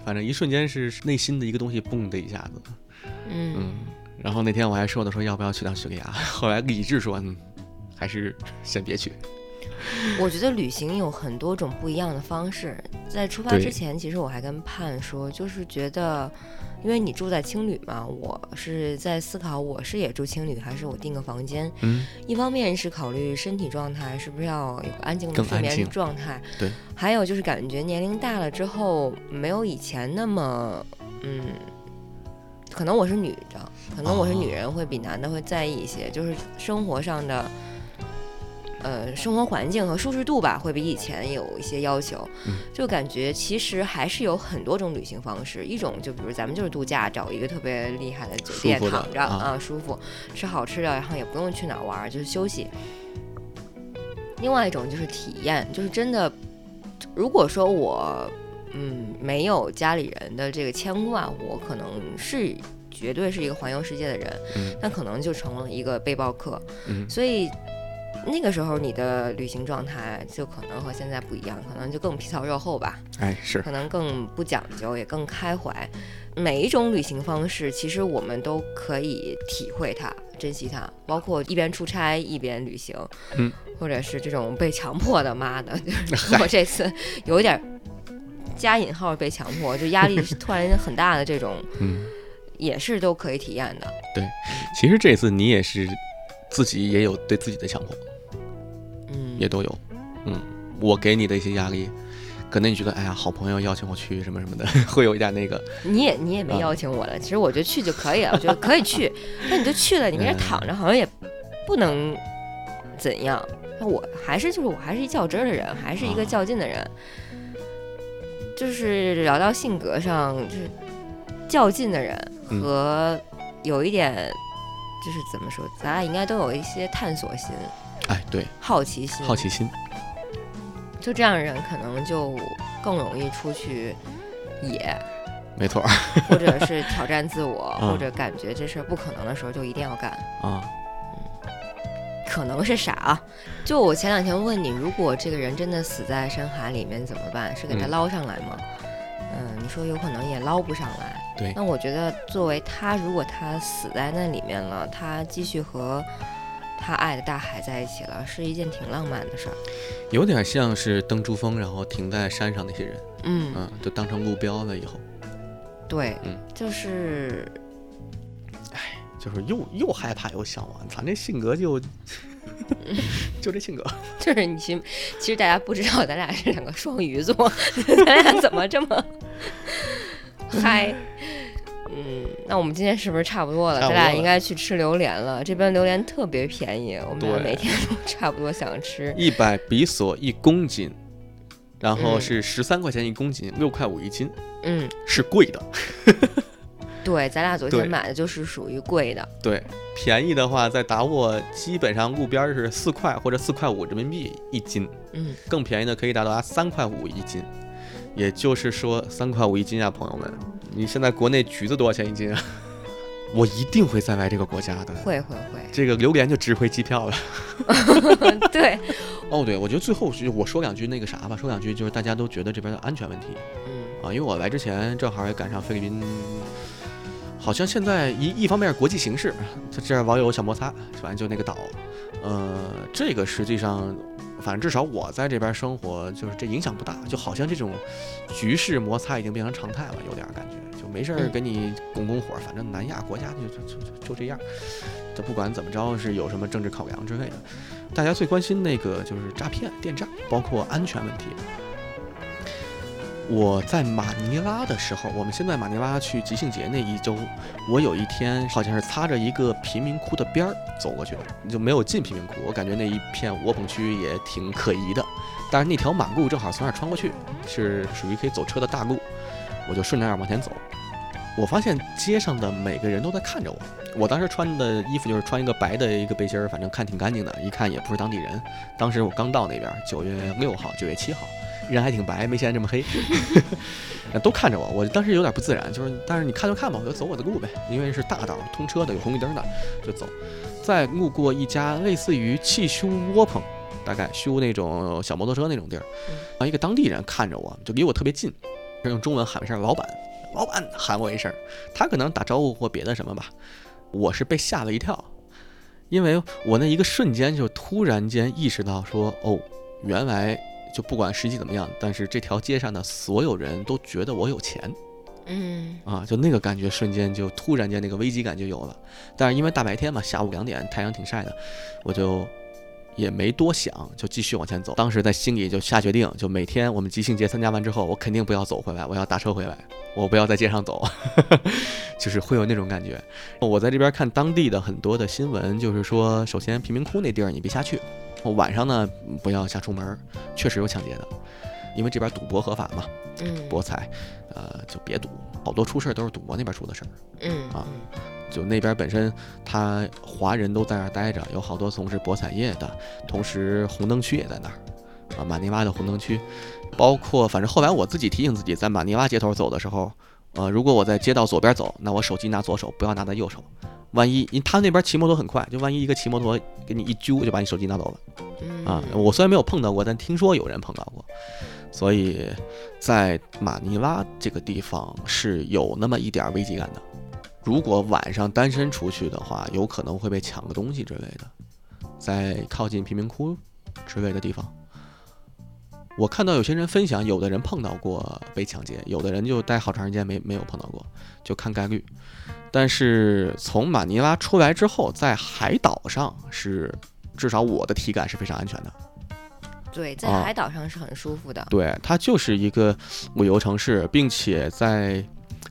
B: 反正一瞬间是内心的一个东西蹦的一下子，
A: 嗯，
B: 然后那 天我还说的说要不要去趟叙利亚，后来理智说嗯，还是先别去。
A: 我觉得旅行有很多种不一样的方式。在出发
B: 对
A: 之前，其实我还跟盼说，就是觉得，因为你住在青旅嘛，我是在思考，我是也住青旅，还是我订个房间？
B: 嗯，
A: 一方面是考虑身体状态，是不是要有个安静的
B: 更
A: 睡
B: 安
A: 眠
B: 静
A: 状态，
B: 对。
A: 还有就是感觉年龄大了之后，没有以前那么，嗯，可能我是女的，可能我是女人，会比男的会在意一些，就是生活上的。呃，生活环境和舒适度吧，会比以前有一些要求，
B: 嗯
A: 就感觉其实还是有很多种旅行方式。一种就比如咱们就是度假，找一个特别厉害的酒
B: 舒
A: 店
B: 服的
A: 躺着
B: 啊
A: 舒服，吃好吃的，然后也不用去哪儿玩儿，就是休息。另外一种就是体验，就是真的，如果说我嗯没有家里人的这个牵挂，我可能是绝对是一个环游世界的人，
B: 嗯
A: 那可能就成了一个背包客。
B: 嗯
A: 所以那个时候你的旅行状态就可能和现在不一样，可能就更皮糙肉厚吧，
B: 哎，是
A: 可能更不讲究，也更开怀。每一种旅行方式，其实我们都可以体会它、珍惜它，包括一边出差一边旅行，
B: 嗯，
A: 或者是这种被强迫的，妈的， 就是我这次有一点儿加引号被强迫，就压力是突然很大的这种，
B: 嗯，
A: 也是都可以体验的。
B: 其实这次你也是自己也有对自己的强迫，
A: 嗯，
B: 也都有。嗯，我给你的一些压力，可能你觉得哎呀，好朋友邀请我去什么什么的， 会有一点那个。
A: 你也你也没
B: 啊
A: 邀请我了，其实我觉得去就可以了，我觉得可以去，那你就去了，你跟这
B: 嗯
A: 躺着好像也不能怎样。那我还是就是我还是一较真儿的人，还是一个
B: 啊
A: 较劲的人。就是聊到性格上，就是较劲的人
B: 嗯
A: 和有一点就是怎么说，咱俩应该都有一些探索心、
B: 哎，对，
A: 好奇心，
B: 好奇心，
A: 就这样的人可能就更容易出去野。
B: 没错儿
A: 或者是挑战自我，
B: 嗯
A: 或者感觉这事儿不可能的时候，就一定要干。
B: 啊。
A: 可能是傻啊，就我前两天问你，如果这个人真的死在深海里面怎么办？是给他
B: 嗯
A: 捞上来吗？嗯你说有可能也捞不上来。
B: 对
A: 那我觉得作为他，如果他死在那里面了，他继续和他爱的大海在一起了，是一件挺浪漫的事儿。
B: 有点像是登珠峰，然后停在山上那些人，
A: 嗯
B: 嗯，就当成路标了。以后
A: 对，
B: 嗯
A: 就是
B: 就是又又害怕又向往，咱这性格就 就这性格。
A: 就是你其实其实大家不知道，咱俩是两个双鱼座， 咱俩怎么这么 嗨？嗯，那我们今天是不是差不多了？咱
B: 差不多
A: 俩
B: 了
A: 应该去吃榴莲了。这边榴莲特别便宜，我们俩
B: 对
A: 每天都差不多想吃。
B: 一百比索一公斤，然后
A: 嗯
B: 是十三块钱一公斤，六块五一斤，
A: 嗯，
B: 是贵的。
A: 对，咱俩昨天
B: 对
A: 买的就是属于贵的。
B: 对，便宜的话在达沃基本上路边儿是四块或者四块五人民币一斤，
A: 嗯，
B: 更便宜的可以达到三块五一斤。也就是说，三块五一斤啊，朋友们，你现在国内橘子多少钱一斤啊？ 我一定会再来这个国家的。
A: 会会
B: 这个榴莲就值回机票了。
A: 会，对，
B: 哦，对，我觉得最后是我说两句那个啥吧，说两句就是大家都觉得这边的安全问题
A: 嗯
B: 啊，因为我来之前正好也赶上菲律宾，好像现在一一方面是国际形势，这这网友小摩擦，反正就那个岛，呃，这个实际上，反正至少我在这边生活，就是这影响不大，就好像这种局势摩擦已经变成常态了，有点感觉。就没事儿
A: 嗯
B: 给你拱拱火，反正南亚国家就就就就就这样，这不管怎么着是有什么政治考量之类的。大家最关心那个就是诈骗、电诈，包括安全问题。我在马尼拉的时候，我们现在马尼拉去吉庆节那一周，我有一天好像是擦着一个贫民窟的边儿走过去的，就没有进贫民窟。我感觉那一片窝棚区也挺可疑的，但是那条马路正好从那儿穿过去，是属于可以走车的大路，我就顺着那儿往前走。我发现街上的每个人都在看着我，我当时穿的衣服就是穿一个白的一个背心儿，反正看挺干净的，一看也不是当地人。当时我刚到那边，九月六号、九月七号，人还挺白，没现在这么黑。都看着我，我当时有点不自然，就是但是你看就看吧，我就走我的路呗，因为是大道，通车的，有红绿灯的，就走。再路过一家类似于汽修窝棚，大概修那种小摩托车那种地儿，
A: 嗯
B: 然后一个当地人看着我，就离我特别近，用中文喊了一声“老板”，老板喊我一声，他可能打招呼或别的什么吧，我是被吓了一跳，因为我那一个瞬间就突然间意识到说，哦，原来就不管实际怎么样，但是这条街上的所有人都觉得我有钱
A: 嗯
B: 啊，就那个感觉瞬间就突然间那个危机感就有了。但是因为大白天嘛，下午两点太阳挺晒的，我就。也没多想，就继续往前走。当时在心里就下决定，就每天我们即兴节参加完之后，我肯定不要走回来，我要打车回来，我不要在街上走， 就是会有那种感觉。我在这边看当地的很多的新闻，就是说，首先贫民窟那地儿你别瞎去，晚上呢不要瞎出门儿，确实有抢劫的，因为这边赌博合法嘛，
A: 嗯
B: 博彩，呃，就别赌，好多出事儿都是赌博那边出的事儿。
A: 嗯
B: 啊就那边本身他华人都在那儿待着，有好多从事博彩业的，同时红灯区也在那儿，啊，马尼拉的红灯区，包括反正后来我自己提醒自己，在马尼拉街头走的时候，呃，如果我在街道左边走，那我手机拿左手，不要拿在右手，万一因为他那边骑摩托很快，就万一一个骑摩托给你一揪，就把你手机拿走了。
A: 嗯
B: 啊，我虽然没有碰到过，但听说有人碰到过，所以在马尼拉这个地方是有那么一点儿危机感的。如果晚上单身出去的话，有可能会被抢个东西之类的，在靠近贫民窟之类的地方。我看到有些人分享，有的人碰到过被抢劫，有的人就待好长时间没没有碰到过，就看概率。但是从马尼拉出来之后，在海岛上是至少我的体感是非常安全的。
A: 对，在
B: 啊
A: 海岛上是很舒服的。
B: 对，它就是一个旅游城市，并且在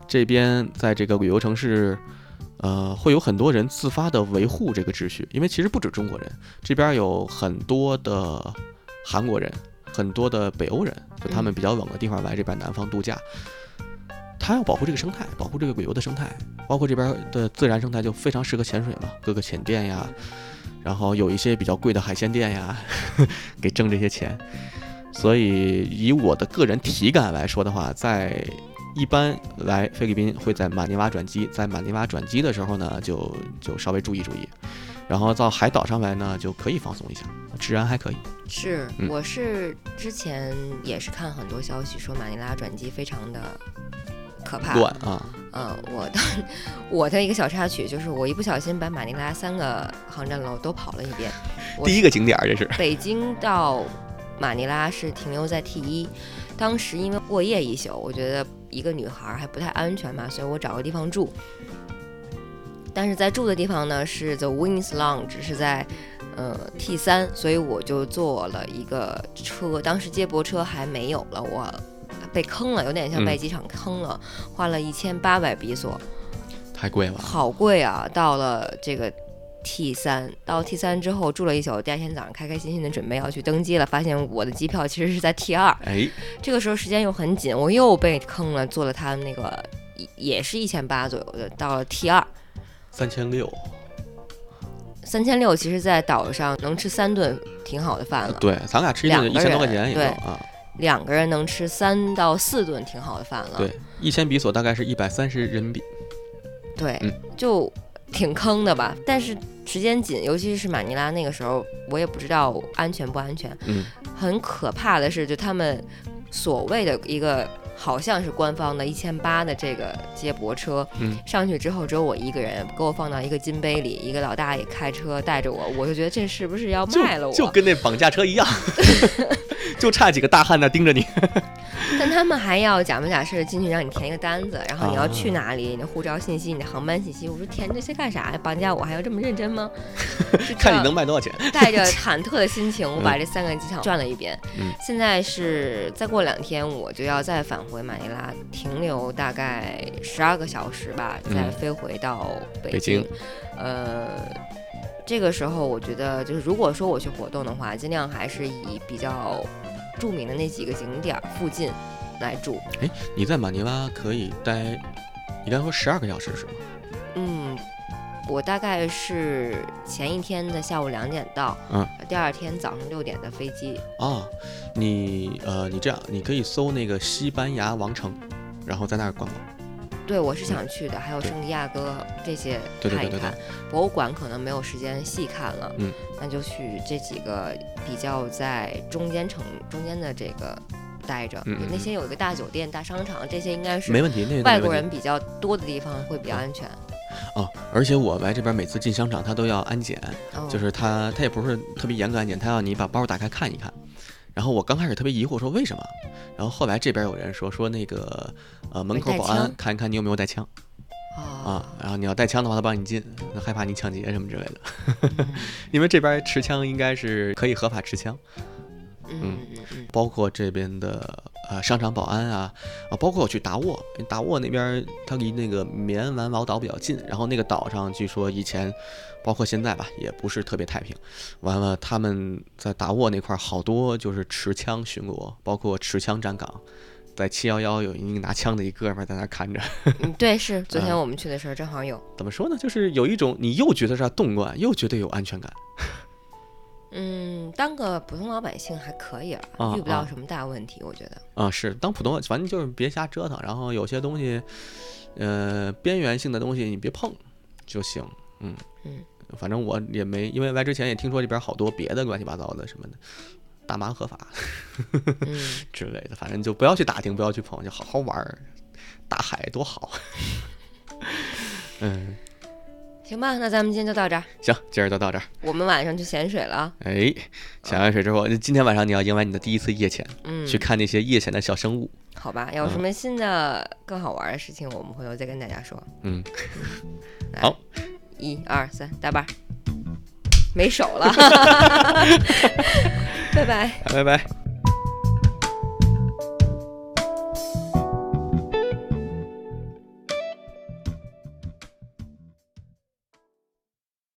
B: 这边，在这个旅游城市，呃，会有很多人自发的维护这个秩序，因为其实不止中国人，这边有很多的韩国人，很多的北欧人，就他们比较冷的地方来这边南方度假。他要保护这个生态，保护这个旅游的生态，包括这边的自然生态就非常适合潜水嘛，各个潜店呀，然后有一些比较贵的海鲜店呀， 给挣这些钱。所以以我的个人体感来说的话，在一般来菲律宾会在马尼拉转机，在马尼拉转机的时候呢，就就稍微注意注意，然后到海岛上来呢，就可以放松一下，治安还可以。
A: 是，
B: 嗯
A: 我是之前也是看很多消息说马尼拉转机非常的可怕。
B: 乱啊，
A: 呃，我的 我的一个小插曲就是，我一不小心把马尼拉三个航站楼都跑了一遍。我
B: 第一个景点儿这是，
A: 北京到马尼拉是停留在 T 一，当时因为过夜一宿，我觉得一个女孩儿还不太安全嘛，所以我找个地方住。但是在住的地方呢是 The Wings Lounge，是在呃 T 三，所以我就坐了一个车，当时接驳车还没有了，我被坑了，有点像被
B: 嗯
A: 机场坑了，花了一千八百比索，
B: 太贵了，
A: 好贵啊！到了这个 T 三，到 T 三之后住了一宿，第二天早上开开心心的准备要去登机了，发现我的机票其实是在 T 二，
B: 哎，
A: 这个时候时间又很紧，我又被坑了，坐了他们那个也也是一千八左右的，到了 T 二。
B: 三千六，
A: 三千六，其实，在岛上能吃三顿挺好的饭了，
B: 呃对，咱俩吃一顿一
A: 两个
B: 千多块
A: 人
B: 钱也就
A: 对
B: 啊，
A: 两个人能吃三到四顿挺好的饭了，
B: 对，一千比索大概是一百三十人民币，
A: 对，
B: 嗯
A: 就挺坑的吧。但是时间紧，尤其是马尼拉那个时候，我也不知道安全不安全。
B: 嗯，
A: 很可怕的是，就他们所谓的一个好像是官方的一千八的这个接驳车，
B: 嗯，
A: 上去之后只有我一个人，给我放到一个金杯里，一个老大爷开车带着我，我就觉得这是不是要卖了我？
B: 就跟那绑架车一 样，就差几个大汉那盯着你，
A: 嗯但他们还要假模假式的进去让你填一个单子，然后你要
B: 啊
A: 去哪里，你的护照信息、你的航班信息。我说填这些干啥呀？绑架我还要这么认真 吗？就
B: 看你
A: 这
B: 能卖多少钱。
A: 带着忐忑的心情，我把这三个机场转了一遍。
B: 嗯
A: 现在是再过两天我就要再返回马尼拉，停留大概十二个小时吧，
B: 嗯
A: 再飞回到北
B: 北京
A: 呃，这个时候我觉得就是，如果说我去活动的话，尽量还是以比较著名的那几个景点儿附近来住。
B: 你在马尼拉可以待，你刚才说十二个小时是吗？
A: 嗯，我大概是前一天的下午两点到，
B: 嗯，
A: 第二天早上六点的飞机。
B: 啊，你呃，你这样，你可以搜那个西班牙王城，然后在那儿逛逛。
A: 对，我是想去的，还有
B: 对
A: 圣地亚哥这些
B: 对对
A: 看一
B: 对对对
A: 看。博物馆可能没有时间细看了，
B: 嗯，
A: 那就去这几个比较在中间城中间的这个待着。
B: 嗯嗯
A: 那
B: 嗯
A: 些有一个
B: 哦，而且我来这边每次进商场，他都要安检，
A: 哦
B: 嗯就是他他也不是特别严格安检，他要你把包打开看一看。然后我刚开始特别疑惑，说为什么？然后后来这边有人说说那个呃门口
A: 带
B: 保
A: 枪
B: 安看一看你有没有带枪啊
A: 啊，，
B: 然后你要带枪的话，他不让你进，他害怕你抢劫什么之类的。
A: 嗯
B: 因为这边持枪应该是可以合法持枪，
A: 嗯嗯嗯嗯，
B: 包括这边的呃商场保安啊，啊，包括我去达沃，达沃那边儿它离那个棉兰老岛比较近，然后那个岛上据说以前，包括现在吧，也不是特别太平。完了，他们在达沃那块儿好多就是持枪巡逻，包括持枪站岗，在七幺幺有一个拿枪的一哥们儿在那儿看着。
A: 嗯对，是昨天
B: 嗯
A: 我们去的时候正好有，
B: 怎么说呢？就是有一种你又觉得是在动乱，又觉得有安全感。
A: 嗯，当个普通老百姓还可以了，
B: 啊
A: 遇不到
B: 啊
A: 什么大问题，我觉得。
B: 啊，是当普通，反正就是别瞎折腾，然后有些东西，呃，边缘性的东西你别碰就行。嗯
A: 嗯，
B: 反正我也没，因为来之前也听说这边好多别的乱七八糟的什么的，大麻合法
A: 嗯，
B: 之类的，反正就不要去打听，不要去碰，就好好玩儿，大海多好。 嗯，
A: 行吧，那咱们今天就到这儿，
B: 行，今儿就到这儿。
A: 我们晚上去咸水了啊。
B: 哎，潜完水之后，今天晚上你要迎来你的第一次夜潜，
A: 嗯，
B: 去看那些夜潜的小生物。
A: 好吧，有什么新的更好玩的事情，我们回头再跟大家说。
B: 嗯，
A: 来
B: 好，
A: 一二三，大板儿， 没手了，拜拜。
B: 拜拜。